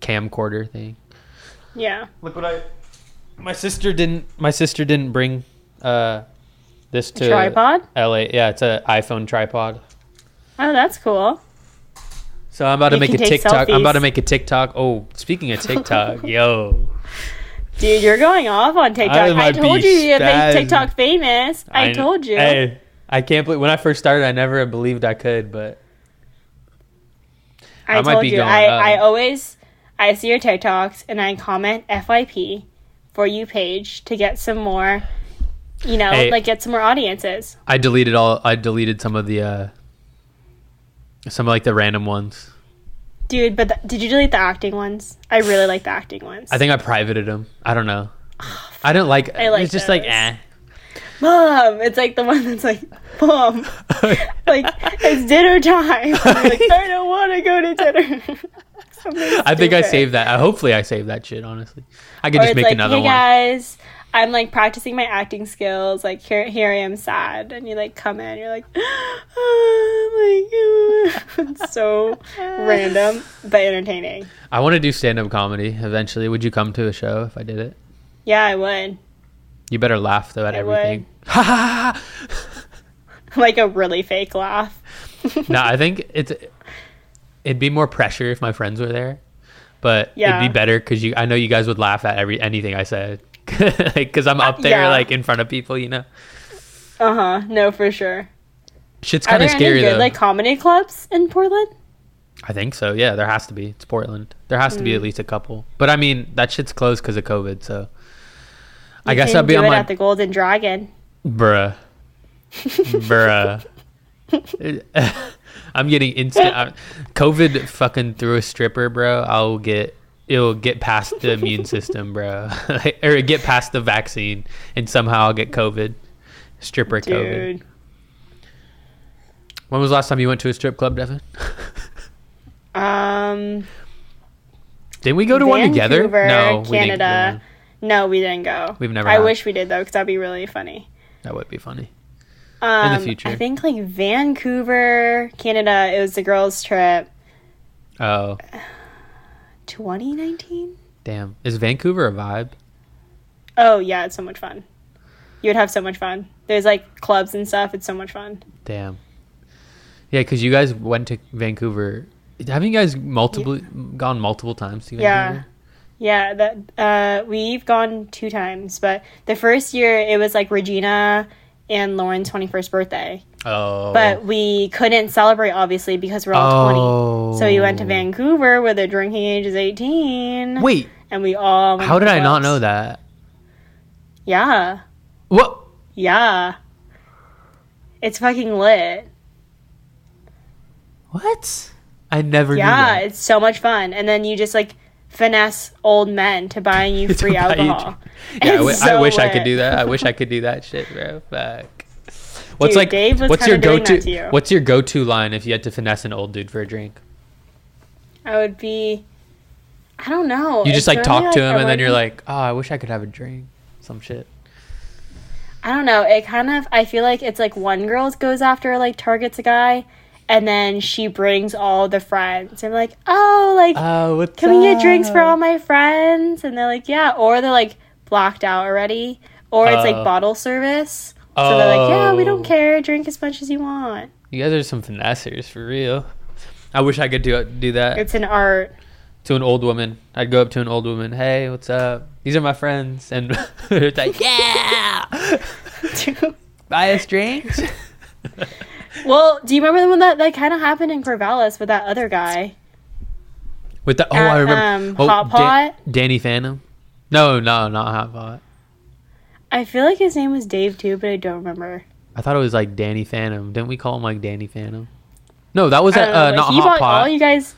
Speaker 2: camcorder thing.
Speaker 3: Yeah.
Speaker 2: Look what I. My sister didn't. My sister didn't bring uh, this to
Speaker 3: tripod?
Speaker 2: LA. Yeah, it's an iPhone tripod.
Speaker 3: Oh, that's cool.
Speaker 2: So I'm about to
Speaker 3: You
Speaker 2: make a
Speaker 3: can take
Speaker 2: TikTok. I'm about to
Speaker 3: selfies.
Speaker 2: make a TikTok. Oh, speaking
Speaker 3: *laughs*
Speaker 2: of TikTok, yo,
Speaker 3: Dude, you're going off on TikTok.
Speaker 2: I
Speaker 3: I,
Speaker 2: might
Speaker 3: told
Speaker 2: be
Speaker 3: you you'd
Speaker 2: spazzing.
Speaker 3: make TikTok famous. I,
Speaker 2: kn-
Speaker 3: told you.
Speaker 2: Hey, I can't believe when I first started, I never believed I could. But
Speaker 3: I,
Speaker 2: I might
Speaker 3: told
Speaker 2: be
Speaker 3: you.
Speaker 2: going
Speaker 3: I,
Speaker 2: up.
Speaker 3: I always I see your TikToks and I comment FYP for you page to get some more you know,
Speaker 2: Hey.
Speaker 3: like get some more audiences.
Speaker 2: I deleted all. I deleted some of the, uh some of, like the random ones.
Speaker 3: Dude, but th- did you delete the acting ones? I really like the acting ones.
Speaker 2: I think I privated them. I don't know. I don't like.
Speaker 3: I like
Speaker 2: it's just like
Speaker 3: those.
Speaker 2: eh.
Speaker 3: *laughs* Mom, it's like the one that's like, Mom, like it's dinner time. *laughs* I'm
Speaker 2: *laughs*
Speaker 3: like, I don't want to go to dinner. *laughs* Something
Speaker 2: I think I
Speaker 3: stupid.
Speaker 2: saved that. I, hopefully, I saved that shit. Honestly, I could
Speaker 3: Or
Speaker 2: just
Speaker 3: it's
Speaker 2: make
Speaker 3: like,
Speaker 2: another
Speaker 3: hey
Speaker 2: one.
Speaker 3: guys, I'm like practicing my acting skills. Like here, here I am sad, and you like come in, you're like, *gasps* oh my god, *laughs* it's so random but entertaining.
Speaker 2: I want to do stand up comedy eventually. Would you come to a show if I did it?
Speaker 3: Yeah, I would
Speaker 2: You better laugh though at
Speaker 3: I would.
Speaker 2: everything. *laughs* Ha ha!
Speaker 3: like a really fake laugh.
Speaker 2: No, I think it's it'd be more pressure if my friends were there, but
Speaker 3: Yeah.
Speaker 2: it'd be better because you. I know you guys would laugh at every anything I said *laughs* because I'm up there
Speaker 3: Uh, yeah.
Speaker 2: like in front of people. You know,
Speaker 3: Uh huh. No, for sure.
Speaker 2: shit's
Speaker 3: Are
Speaker 2: kind
Speaker 3: there
Speaker 2: of scary
Speaker 3: any good
Speaker 2: though.
Speaker 3: like comedy clubs in Portland?
Speaker 2: I think so. Yeah, there has to be. It's Portland. There has to be at
Speaker 3: Mm.
Speaker 2: least a couple. But I mean, that shit's closed because of COVID. So I
Speaker 3: You
Speaker 2: guess
Speaker 3: can
Speaker 2: I'll be
Speaker 3: do
Speaker 2: on
Speaker 3: it
Speaker 2: my
Speaker 3: at the Golden Dragon.
Speaker 2: Bruh. Bruh. I'm getting instant. I'm, COVID fucking through a stripper, bro. I'll get. It'll get past the immune system, bro. *laughs* Like, or get past the vaccine, and somehow I'll get COVID. Stripper COVID.
Speaker 3: Dude.
Speaker 2: When was the last time you went to a strip club, Devin? *laughs*
Speaker 3: Um
Speaker 2: Didn't we go to one together?
Speaker 3: Vancouver,
Speaker 2: No, we didn't go to
Speaker 3: Canada.
Speaker 2: one.
Speaker 3: No, we didn't go.
Speaker 2: We've never
Speaker 3: I
Speaker 2: had-
Speaker 3: wish we did though, because that'd be really funny.
Speaker 2: That would be funny.
Speaker 3: Um,
Speaker 2: future.
Speaker 3: I think like Vancouver, Canada. It was the girls' trip,
Speaker 2: Oh,
Speaker 3: 2019.
Speaker 2: damn. Is Vancouver a vibe?
Speaker 3: Oh yeah, it's so much fun. You would have so much fun. There's like clubs and stuff. It's so much fun.
Speaker 2: Damn. Yeah, because you guys went to Vancouver. Haven't you guys multiple gone multiple times to
Speaker 3: Yeah.
Speaker 2: Vancouver?
Speaker 3: Yeah, that uh, we've gone two times, but the first year it was like Regina and Lauren's 21st birthday,
Speaker 2: Oh. Oh.
Speaker 3: but we couldn't celebrate obviously because we're all 20. So we went to Vancouver where the drinking age is 18.
Speaker 2: Wait,
Speaker 3: and we all. went
Speaker 2: how
Speaker 3: to
Speaker 2: did I
Speaker 3: clubs.
Speaker 2: not know that?
Speaker 3: Yeah.
Speaker 2: What?
Speaker 3: Yeah. It's fucking lit.
Speaker 2: What? I never
Speaker 3: Yeah,
Speaker 2: knew.
Speaker 3: it's so much fun. And then you just like finesse old men to buying you
Speaker 2: *laughs* To
Speaker 3: free
Speaker 2: buy you
Speaker 3: alcohol.
Speaker 2: That. Yeah, I,
Speaker 3: It's
Speaker 2: w- I
Speaker 3: so
Speaker 2: wish I could
Speaker 3: lit.
Speaker 2: do that. I wish I could do that shit, bro. Fuck. What's
Speaker 3: Dude,
Speaker 2: like?
Speaker 3: Dave was
Speaker 2: what's your
Speaker 3: kinda doing that
Speaker 2: go-to?
Speaker 3: to you.
Speaker 2: What's your go-to line if you had to finesse an old dude for a drink?
Speaker 3: I would be. I don't know.
Speaker 2: You
Speaker 3: It's
Speaker 2: just like
Speaker 3: really,
Speaker 2: talk to
Speaker 3: I
Speaker 2: him, and then
Speaker 3: wouldn't-
Speaker 2: you're like, "Oh, I wish I could have a drink." Some shit.
Speaker 3: I don't know. It kind of. I feel like it's like one girl goes after like targets a guy, and then she brings all the friends. And like, oh, like
Speaker 2: Oh, what's
Speaker 3: can we get drinks for all my friends? And they're like, yeah. Or they're like blocked out already. Or it's
Speaker 2: Oh.
Speaker 3: like bottle service. So they're like, yeah, we
Speaker 2: Oh.
Speaker 3: don't care. Drink as much as you want.
Speaker 2: You guys are some finessers for real. I wish I could do do that
Speaker 3: It's an art. *laughs*
Speaker 2: to an old woman. I'd go up to an old woman, "Hey, what's up? These are my friends," and *laughs* it's like, "Yeah, buy us *laughs* drinks."
Speaker 3: well, do you remember the one that, that kind of happened in Corvallis with that other guy?
Speaker 2: With the oh,
Speaker 3: At,
Speaker 2: I
Speaker 3: um,
Speaker 2: remember oh,
Speaker 3: Hot
Speaker 2: Dan-
Speaker 3: Pot?
Speaker 2: Danny Phantom. No, no, not hot pot.
Speaker 3: I feel like his name was Dave too, but I don't remember.
Speaker 2: I thought it was like Danny Phantom. Didn't we call him like Danny Phantom? No, that was
Speaker 3: I
Speaker 2: at,
Speaker 3: don't know,
Speaker 2: uh,
Speaker 3: but
Speaker 2: not
Speaker 3: he
Speaker 2: hot
Speaker 3: bought all
Speaker 2: pot.
Speaker 3: you guys.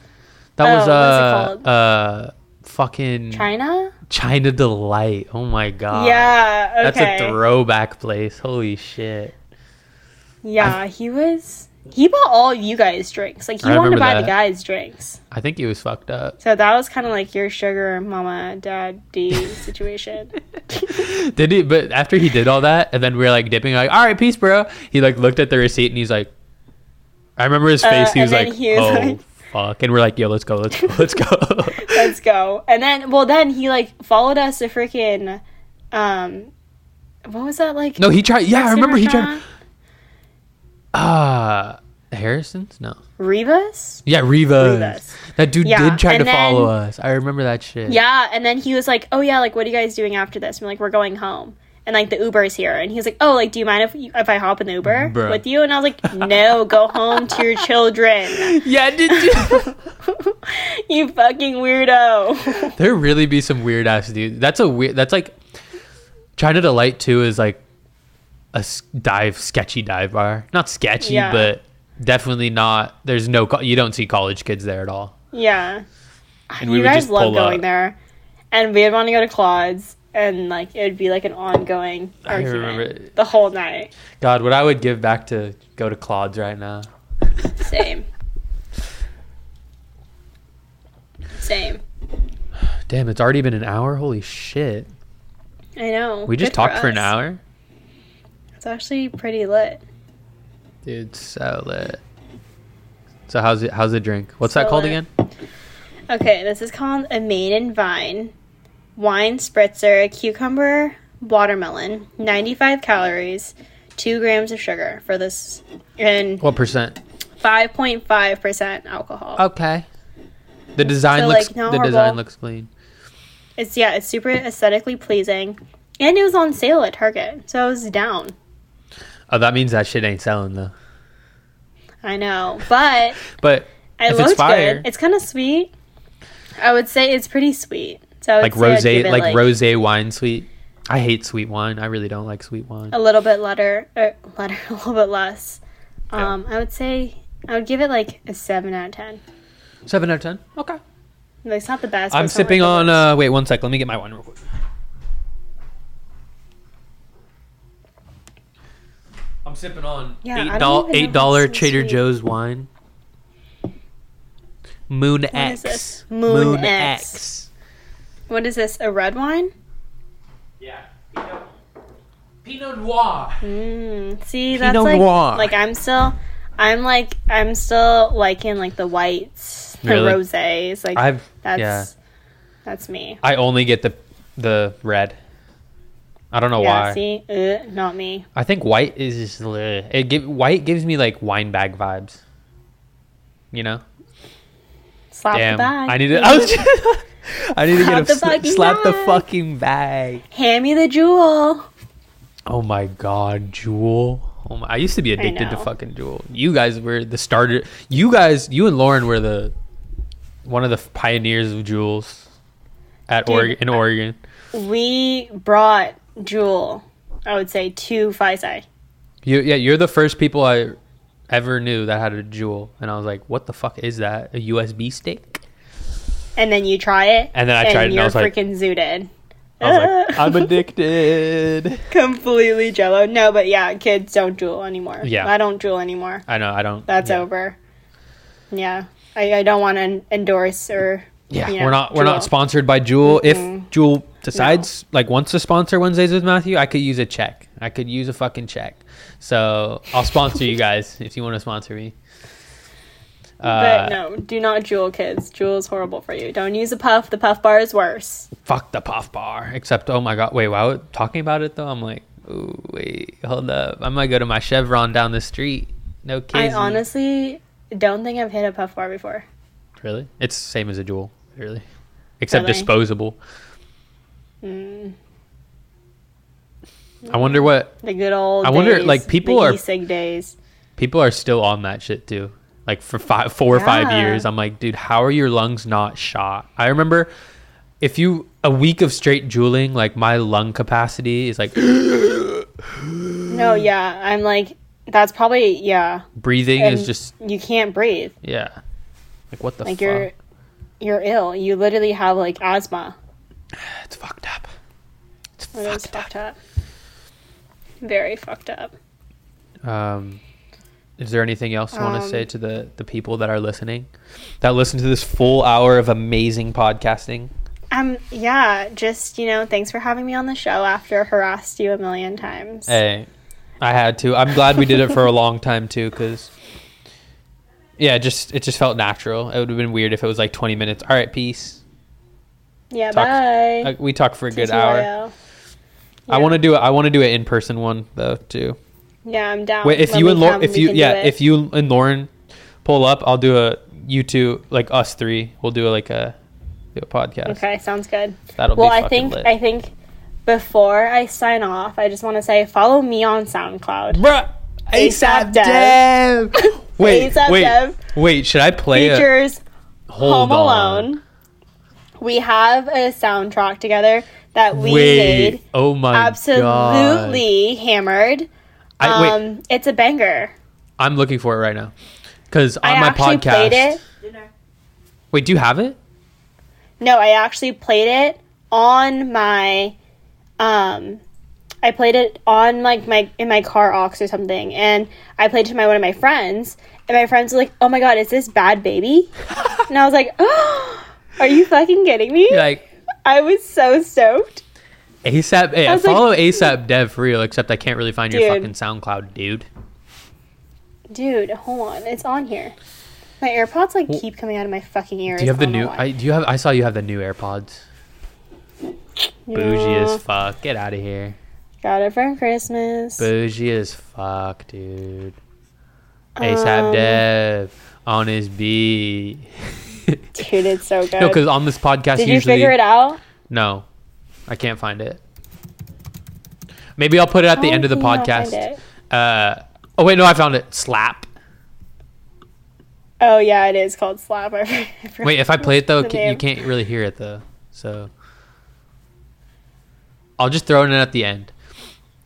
Speaker 2: that was
Speaker 3: oh, what was it
Speaker 2: uh uh fucking
Speaker 3: China?
Speaker 2: China Delight. Oh my god.
Speaker 3: yeah. Okay.
Speaker 2: That's a throwback place. Holy shit.
Speaker 3: Yeah, he was. He bought all you guys drinks. Like he
Speaker 2: I
Speaker 3: wanted to
Speaker 2: remember
Speaker 3: buy the
Speaker 2: that.
Speaker 3: guys drinks.
Speaker 2: I think he was fucked up.
Speaker 3: So that was kind of like your sugar mama dad D
Speaker 2: *laughs*
Speaker 3: situation.
Speaker 2: Did he? But after he did all that, and then we were like dipping, like, all right, peace, bro. He like looked at the receipt and he's like, I remember his face.
Speaker 3: Uh,
Speaker 2: he was
Speaker 3: and then
Speaker 2: like,
Speaker 3: he was
Speaker 2: oh
Speaker 3: like-
Speaker 2: fuck, and we're like, yo, let's go, let's go,
Speaker 3: *laughs*
Speaker 2: let's go.
Speaker 3: Let's go. And then, well, then he like followed us to freaking, um, what was that like?
Speaker 2: no, he tried. Yeah, I
Speaker 3: Mexican
Speaker 2: remember he tried.
Speaker 3: restaurant?
Speaker 2: Uh Harrison's? No.
Speaker 3: Rivas.
Speaker 2: Yeah, Reva's.
Speaker 3: Reva's.
Speaker 2: That dude
Speaker 3: Yeah,
Speaker 2: did try to
Speaker 3: and then-
Speaker 2: follow us. I remember that shit.
Speaker 3: Yeah, and then he was like, "Oh yeah, like what are you guys doing after this?" I'm like, "We're going home." And like the Uber's here, and he's like, "Oh, like do you mind if you, if I hop in the Uber
Speaker 2: Bruh.
Speaker 3: with you?" And I was like, "No, go home to your
Speaker 2: *laughs*
Speaker 3: children,
Speaker 2: *laughs* Yeah, did
Speaker 3: *laughs*
Speaker 2: you?
Speaker 3: you fucking
Speaker 2: *laughs*
Speaker 3: weirdo."
Speaker 2: there really be some weird ass dude. That's a weird. That's like China Delight too is like a s- dive sketchy dive bar. Not sketchy,
Speaker 3: Yeah.
Speaker 2: but definitely not. There's no. Co- you don't see college kids there at all.
Speaker 3: yeah,
Speaker 2: And we
Speaker 3: you
Speaker 2: would
Speaker 3: guys
Speaker 2: just
Speaker 3: love
Speaker 2: pull
Speaker 3: going
Speaker 2: up.
Speaker 3: there, and we'd want to go to Claude's, and like it would be like an ongoing
Speaker 2: I
Speaker 3: argument
Speaker 2: remember-
Speaker 3: the whole night.
Speaker 2: God, what I would give back to go to Claude's right now.
Speaker 3: Same, same.
Speaker 2: Damn, it's already been an hour. Holy shit.
Speaker 3: I know.
Speaker 2: We just
Speaker 3: Good
Speaker 2: talked for an
Speaker 3: us.
Speaker 2: hour.
Speaker 3: It's actually pretty lit.
Speaker 2: Dude, so lit. So how's it? How's the drink? What's that
Speaker 3: So
Speaker 2: called
Speaker 3: lit.
Speaker 2: again?
Speaker 3: Okay, this is called a maiden vine. Wine spritzer, cucumber, watermelon, 95 calories, 2 grams of sugar for this, and
Speaker 2: What percent?
Speaker 3: 5.5% alcohol.
Speaker 2: Okay. The design
Speaker 3: So,
Speaker 2: looks.
Speaker 3: like, no
Speaker 2: the design
Speaker 3: herbal-
Speaker 2: looks clean.
Speaker 3: It's, yeah, it's super aesthetically pleasing. And it was on sale at Target, so I was down.
Speaker 2: Oh, that means that shit ain't selling though.
Speaker 3: I know, but
Speaker 2: But
Speaker 3: it
Speaker 2: If it's
Speaker 3: looks
Speaker 2: fire-
Speaker 3: good. It's kind of sweet. I would say it's pretty sweet. So I would
Speaker 2: like
Speaker 3: say I'd
Speaker 2: rose,
Speaker 3: give
Speaker 2: like,
Speaker 3: it,
Speaker 2: rose wine sweet. I hate sweet wine. I really don't like sweet wine.
Speaker 3: a little bit letter, er, letter *laughs* a little bit less. Um, I would say I would give it like a seven out of ten.
Speaker 2: Seven out of ten. Okay.
Speaker 3: Like, it's not the best. but
Speaker 2: I'm
Speaker 3: it's not, like,
Speaker 2: sipping
Speaker 3: the
Speaker 2: on.
Speaker 3: worst.
Speaker 2: uh Wait one sec. Let me get my wine real quick. I'm sipping on
Speaker 3: Yeah, I don't even know if
Speaker 2: eight dollar eight
Speaker 3: it's
Speaker 2: dollar
Speaker 3: so
Speaker 2: Trader
Speaker 3: sweet.
Speaker 2: Joe's wine. Moon
Speaker 3: is
Speaker 2: X.
Speaker 3: this? Moon X. what is this? A red wine?
Speaker 2: Yeah. Pinot, Pinot Noir.
Speaker 3: Mm, see, that's
Speaker 2: Pinot
Speaker 3: like
Speaker 2: Noir.
Speaker 3: like I'm still, I'm like I'm still liking like the whites, the
Speaker 2: Really?
Speaker 3: rosés. Like
Speaker 2: I've
Speaker 3: that's
Speaker 2: yeah.
Speaker 3: that's me.
Speaker 2: I only get the the red. I don't know
Speaker 3: Yeah,
Speaker 2: Oh, why.
Speaker 3: see, Ugh, not me.
Speaker 2: I think white is just bleh. it. Give, white gives me like wine bag vibes. You know.
Speaker 3: Slap
Speaker 2: Damn.
Speaker 3: the bag.
Speaker 2: I need to. *laughs* I, was I need to
Speaker 3: Slap
Speaker 2: get
Speaker 3: the
Speaker 2: a sla-
Speaker 3: fucking
Speaker 2: slap the
Speaker 3: bag.
Speaker 2: fucking bag.
Speaker 3: Hand me the jewel.
Speaker 2: Oh my god, Jewel. Oh my, I used to be addicted to
Speaker 3: know.
Speaker 2: fucking Jewel. You guys were the starter. You guys, you and Lauren were the one of the pioneers of Jewels at
Speaker 3: Dude,
Speaker 2: Oregon in Oregon.
Speaker 3: We brought Jewel, I would say, to Faisai.
Speaker 2: You yeah, you're the first people I ever knew that had a jewel, and I was like, "What the fuck is that? A USB stick?"
Speaker 3: And then you try it.
Speaker 2: And then I tried it and I
Speaker 3: you're
Speaker 2: was like-
Speaker 3: freaking zooted.
Speaker 2: I was
Speaker 3: *laughs*
Speaker 2: like, "I'm addicted."
Speaker 3: Completely jello. No, but yeah, kids don't jewel anymore.
Speaker 2: Yeah.
Speaker 3: I don't jewel anymore.
Speaker 2: I know I don't.
Speaker 3: That's
Speaker 2: yeah.
Speaker 3: over. Yeah. I, I don't want to endorse or.
Speaker 2: Yeah,
Speaker 3: you know,
Speaker 2: we're not we're
Speaker 3: Juul.
Speaker 2: not sponsored by Jewel. If Jewel decides like wants to sponsor Wednesdays with Matthew, I could use a check. I could use a fucking check. So I'll
Speaker 3: *laughs*
Speaker 2: sponsor you guys if you want to sponsor me. Uh,
Speaker 3: But no, do not jewel, kids. Jewel is horrible for you. Don't use a puff. The puff bar is worse.
Speaker 2: Fuck the puff bar. Except, oh my god, wait, wow. Talking about it though, I'm like, ooh, wait, hold up. I might go to my Chevron down the street. No kidding.
Speaker 3: I honestly don't think I've hit a puff bar before.
Speaker 2: Really? It's the same as a jewel, really. Except
Speaker 3: Really?
Speaker 2: disposable.
Speaker 3: Mm,
Speaker 2: I wonder what
Speaker 3: the good old.
Speaker 2: I wonder,
Speaker 3: days,
Speaker 2: like, people
Speaker 3: the
Speaker 2: are-
Speaker 3: e-cig days.
Speaker 2: people are still on that shit too. Like for five, four or five
Speaker 3: Yeah.
Speaker 2: years, I'm like, dude, how are your lungs not shot? I remember if you a week of straight jeweling, like my lung capacity is like *gasps*
Speaker 3: No, yeah, I'm like that's probably yeah.
Speaker 2: breathing
Speaker 3: And
Speaker 2: is just
Speaker 3: you can't breathe.
Speaker 2: yeah. Like what the
Speaker 3: Like
Speaker 2: fuck?
Speaker 3: you're you're ill. You literally have like asthma.
Speaker 2: It's fucked up. It's
Speaker 3: It was
Speaker 2: fucked
Speaker 3: fucked up. Very fucked up.
Speaker 2: up. Um, is there anything else you want
Speaker 3: Um,
Speaker 2: to say to the the people that are listening, that listen to this full hour of amazing podcasting?
Speaker 3: Um, yeah, just, you know, thanks for having me on the show after I harassed you a million times.
Speaker 2: Hey, I had to. I'm glad we did
Speaker 3: *laughs*
Speaker 2: it for a long time too, because yeah, it just it just felt natural. It would have been weird if it was like 20 minutes. All right, peace.
Speaker 3: yeah,
Speaker 2: Talk,
Speaker 3: bye.
Speaker 2: uh, we talked for a good hour.
Speaker 3: TTYL.
Speaker 2: I
Speaker 3: Yeah.
Speaker 2: want to do it. I want to do an in person one though too.
Speaker 3: Yeah, I'm down.
Speaker 2: Wait, if
Speaker 3: Let
Speaker 2: you
Speaker 3: me
Speaker 2: and Lauren,
Speaker 3: come,
Speaker 2: if
Speaker 3: we
Speaker 2: you
Speaker 3: can do
Speaker 2: yeah,
Speaker 3: it.
Speaker 2: if you and Lauren pull up, I'll do a you two like us three. We'll do like a do a podcast.
Speaker 3: Okay, sounds good.
Speaker 2: That'll
Speaker 3: well,
Speaker 2: be
Speaker 3: I
Speaker 2: fucking
Speaker 3: think
Speaker 2: lit.
Speaker 3: I think before I sign off, I just want to say follow me on SoundCloud.
Speaker 2: Bruh,
Speaker 3: ASAP
Speaker 2: ASAP Dev.
Speaker 3: *laughs*
Speaker 2: Wait,
Speaker 3: ASAP
Speaker 2: wait,
Speaker 3: Dev.
Speaker 2: wait. Should I play a
Speaker 3: Features
Speaker 2: Oh, hold
Speaker 3: Home
Speaker 2: on.
Speaker 3: Alone. We have a soundtrack together that we
Speaker 2: Wait.
Speaker 3: made.
Speaker 2: Oh my god.
Speaker 3: Absolutely hammered.
Speaker 2: I, wait,
Speaker 3: um, it's a banger.
Speaker 2: I'm looking for it right now. Cuz on
Speaker 3: I
Speaker 2: my
Speaker 3: actually
Speaker 2: podcast.
Speaker 3: played it.
Speaker 2: Wait, do you have it?
Speaker 3: No, I actually played it on my um I played it on like my in my car aux or something and I played it to my one of my friends and my friends were like, "Oh my god, is this Bad
Speaker 2: *laughs*
Speaker 3: Baby?" and I was like, *gasps* oh, "Are you fucking kidding me?"
Speaker 2: You're like
Speaker 3: I was so stoked.
Speaker 2: ASAP. Hey, I,
Speaker 3: was like-
Speaker 2: follow ASAP Dev for real, except I can't really find your
Speaker 3: Dude.
Speaker 2: fucking SoundCloud, dude.
Speaker 3: Dude, hold on. It's on here. My AirPods like keep coming out of my fucking ears.
Speaker 2: Do you have the
Speaker 3: don't know
Speaker 2: new?
Speaker 3: why.
Speaker 2: I do you have? I saw you have the new AirPods. Bougie
Speaker 3: Yeah,
Speaker 2: as fuck. Get out of here.
Speaker 3: Got it for Christmas.
Speaker 2: Bougie as fuck, dude. ASAP
Speaker 3: Um,
Speaker 2: Dev on his beat. *laughs*
Speaker 3: Dude, it's so good.
Speaker 2: no, because on this podcast
Speaker 3: Did you
Speaker 2: usually
Speaker 3: figure it out?
Speaker 2: no, I can't find it. Maybe I'll put it at the
Speaker 3: How
Speaker 2: end of the
Speaker 3: can you not find
Speaker 2: podcast.
Speaker 3: it?
Speaker 2: Uh, oh wait, no, I found it. Slap.
Speaker 3: Oh yeah, it is called slap. *laughs* I forgot.
Speaker 2: *laughs* Wait, if I play it though,
Speaker 3: the
Speaker 2: ca- you
Speaker 3: name.
Speaker 2: can't really hear it though. So I'll just throw it in at the end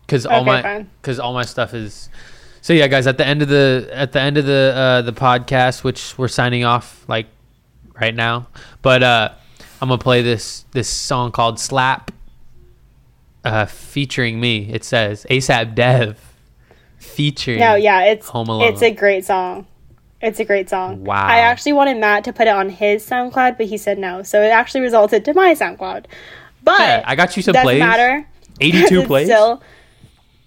Speaker 2: because all
Speaker 3: Okay,
Speaker 2: my
Speaker 3: fine.
Speaker 2: because all my stuff is. So yeah, guys, at the end of the at the end of the uh, the podcast, which we're signing off like right now, but uh, I'm gonna play this this song called "Slap," uh, featuring me. It says ASAP Dev featuring.
Speaker 3: No, yeah, it's
Speaker 2: Home Alone.
Speaker 3: It's a great song. It's a great song.
Speaker 2: Wow.
Speaker 3: I actually wanted Matt to put it on his SoundCloud, but he said no, so it actually resulted to my SoundCloud. But
Speaker 2: Yeah, I got you some
Speaker 3: doesn't
Speaker 2: plays. *laughs*
Speaker 3: matter. *laughs*
Speaker 2: 82
Speaker 3: It's
Speaker 2: plays.
Speaker 3: Still,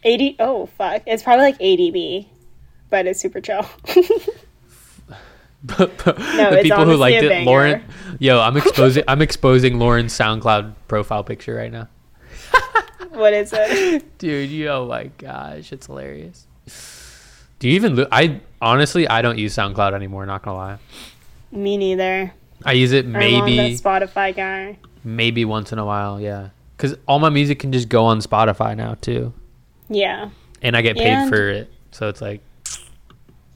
Speaker 3: eighty. Oh fuck, it's probably like eighty B, but it's super chill. *laughs*
Speaker 2: But- but the
Speaker 3: it's
Speaker 2: people who
Speaker 3: honestly
Speaker 2: liked
Speaker 3: a
Speaker 2: it,
Speaker 3: banger.
Speaker 2: Lauren. Yo, I'm exposing. I'm exposing Lauren's SoundCloud profile picture right now.
Speaker 3: what is it?
Speaker 2: *laughs* Dude, you, oh my gosh, it's hilarious. Do you even? Lo- I honestly, I don't use SoundCloud anymore. Not gonna lie,
Speaker 3: Me neither.
Speaker 2: I use it
Speaker 3: I'm on the
Speaker 2: maybe,
Speaker 3: Spotify guy.
Speaker 2: maybe once in a while. Yeah, because all my music can just go on Spotify now too,
Speaker 3: Yeah.
Speaker 2: and I get paid
Speaker 3: And-
Speaker 2: for it. So it's like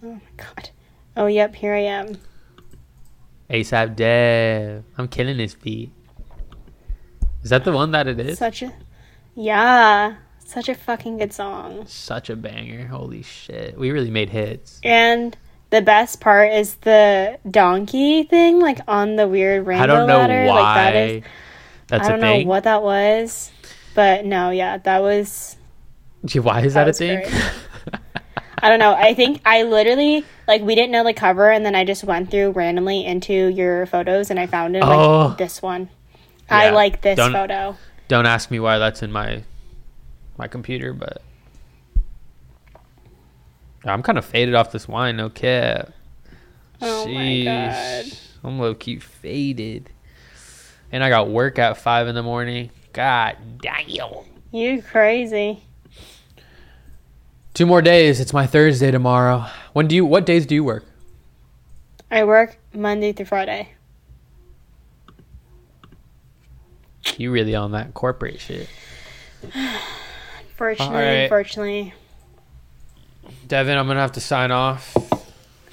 Speaker 3: Oh my god. Oh yep, here I am.
Speaker 2: ASAP Dev. I'm killing this beat. Is that the one that it is?
Speaker 3: Such a, yeah, such a fucking good song.
Speaker 2: Such a banger! Holy shit, we really made hits.
Speaker 3: And the best part is the donkey thing, like on the weird rainbow
Speaker 2: I don't know
Speaker 3: ladder.
Speaker 2: why
Speaker 3: Like that is,
Speaker 2: that's
Speaker 3: I don't
Speaker 2: a thing.
Speaker 3: know what that was, but no, yeah, that was.
Speaker 2: Gee, why is that, a
Speaker 3: was
Speaker 2: thing?
Speaker 3: I don't know. I think I literally like we didn't know the cover, and then I just went through randomly into your photos, and I found it like
Speaker 2: Oh.
Speaker 3: this one.
Speaker 2: Yeah,
Speaker 3: I like this
Speaker 2: don't-
Speaker 3: photo.
Speaker 2: *laughs* don't ask me why that's in my my computer, but I'm kind of faded off this wine. No cap.
Speaker 3: Oh my
Speaker 2: Sheesh. I'm low key faded, and I got work at five in the morning. God damn.
Speaker 3: You crazy?
Speaker 2: Two more days. It's my Thursday tomorrow. When do you? What days do you work?
Speaker 3: I work Monday through Friday.
Speaker 2: You really on that corporate shit?
Speaker 3: Fortunately,
Speaker 2: Alright.
Speaker 3: unfortunately.
Speaker 2: Devin, I'm gonna have to sign off.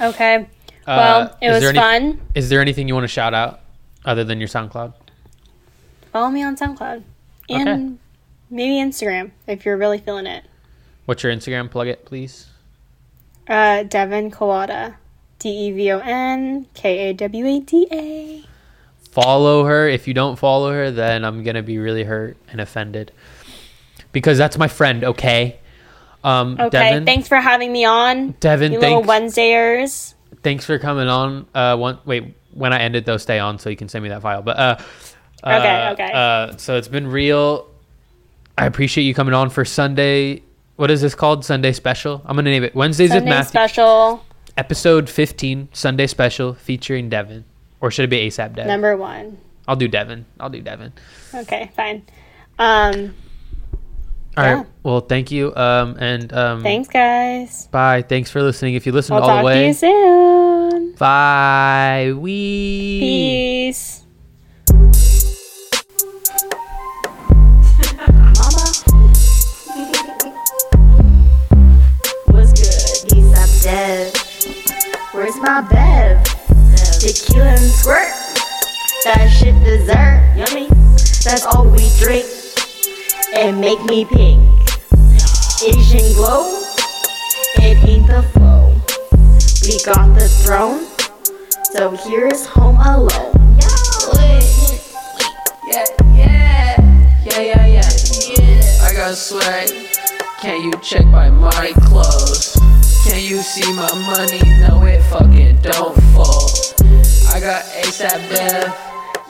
Speaker 2: Uh,
Speaker 3: Okay. well, it
Speaker 2: is
Speaker 3: was
Speaker 2: there any-
Speaker 3: fun.
Speaker 2: Is there anything you want to shout out other than your SoundCloud?
Speaker 3: Follow me on SoundCloud and
Speaker 2: Okay.
Speaker 3: maybe Instagram if you're really feeling it.
Speaker 2: What's your Instagram? Plug it, please.
Speaker 3: Uh, Devin Kawada, D E V O N K A W A D A.
Speaker 2: follow her. If you don't follow her, then I'm gonna be really hurt and offended because that's my friend. Okay. Um,
Speaker 3: Okay,
Speaker 2: Devin,
Speaker 3: thanks for having me on.
Speaker 2: Devin,
Speaker 3: you little
Speaker 2: thanks.
Speaker 3: Wednesdayers.
Speaker 2: thanks for coming on. Uh, one wait, when I end it though, stay on so you can send me that file. But uh, uh,
Speaker 3: Okay, okay.
Speaker 2: Uh, so it's been real. I appreciate you coming on for Sunday. What is this called? Sunday special. I'm gonna name it Wednesdays with
Speaker 3: Sunday
Speaker 2: Matthew.
Speaker 3: special
Speaker 2: Episode 15, Sunday special featuring Devin, or should it be ASAP Devin?
Speaker 3: number one.
Speaker 2: I'll do Devin. I'll do Devin.
Speaker 3: Okay, fine.
Speaker 2: Mm.
Speaker 3: Um,
Speaker 2: All right.
Speaker 3: Yeah.
Speaker 2: Well, thank you. Um, and um,
Speaker 3: thanks, guys.
Speaker 2: Bye. Thanks for listening. If you listened
Speaker 3: I'll
Speaker 2: all
Speaker 3: talk
Speaker 2: the
Speaker 3: to
Speaker 2: way,
Speaker 3: you soon.
Speaker 2: bye. We.
Speaker 3: Peace.
Speaker 4: What's good? He's up dev. Where's my bev? Tequila and squirt. That shit dessert. Yummy. That's all we drink. And make me pink. Asian glow. It ain't the flow. We got the throne. So here's home alone.
Speaker 5: Yeah, yeah, yeah, yeah, yeah, yeah. I got swag. Can you check my money clothes? Can you see my money? No, it fucking don't fall. I got ASAP Dev.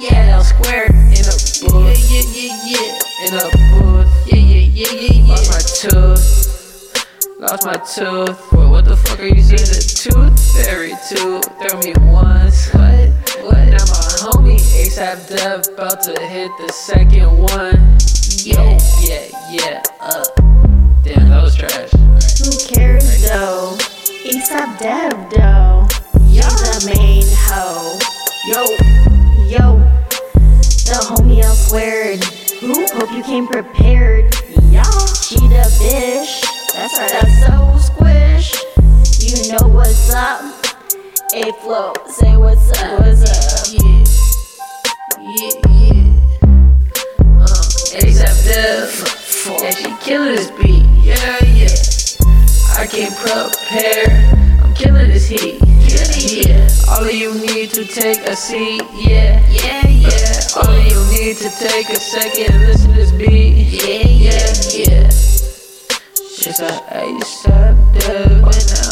Speaker 5: Yeah, now square in a booth. Yeah, yeah, yeah, yeah. In a booth. Yeah, yeah, yeah, yeah, yeah. Lost my tooth. Lost my tooth. Wait, what the fuck are you saying? The tooth fairy tooth. Throw me once. What? What? Now my homie ASAP Dev about to hit the second one. Yeah, yeah, yeah. Uh, damn, that was trash.
Speaker 4: Who cares though? ASAP Dev though. You're the main hoe. Yo, yo. The homie I sweared. Who? Hope you came prepared. Yeah. She the bitch. That's right, that's so squish. You know what's up. A flow, say what's up. What's up?
Speaker 5: Yeah, yeah, yeah. Uh, ASAP Dev. Yeah, she killing this beat. Yeah, yeah. I can't prepare. I'm killing this heat. Yeah, yeah. All of you need to take a seat. Yeah, yeah, yeah. All of you need to take a second and listen to this beat. Yeah, yeah, yeah. Just a ASAP Dev. When I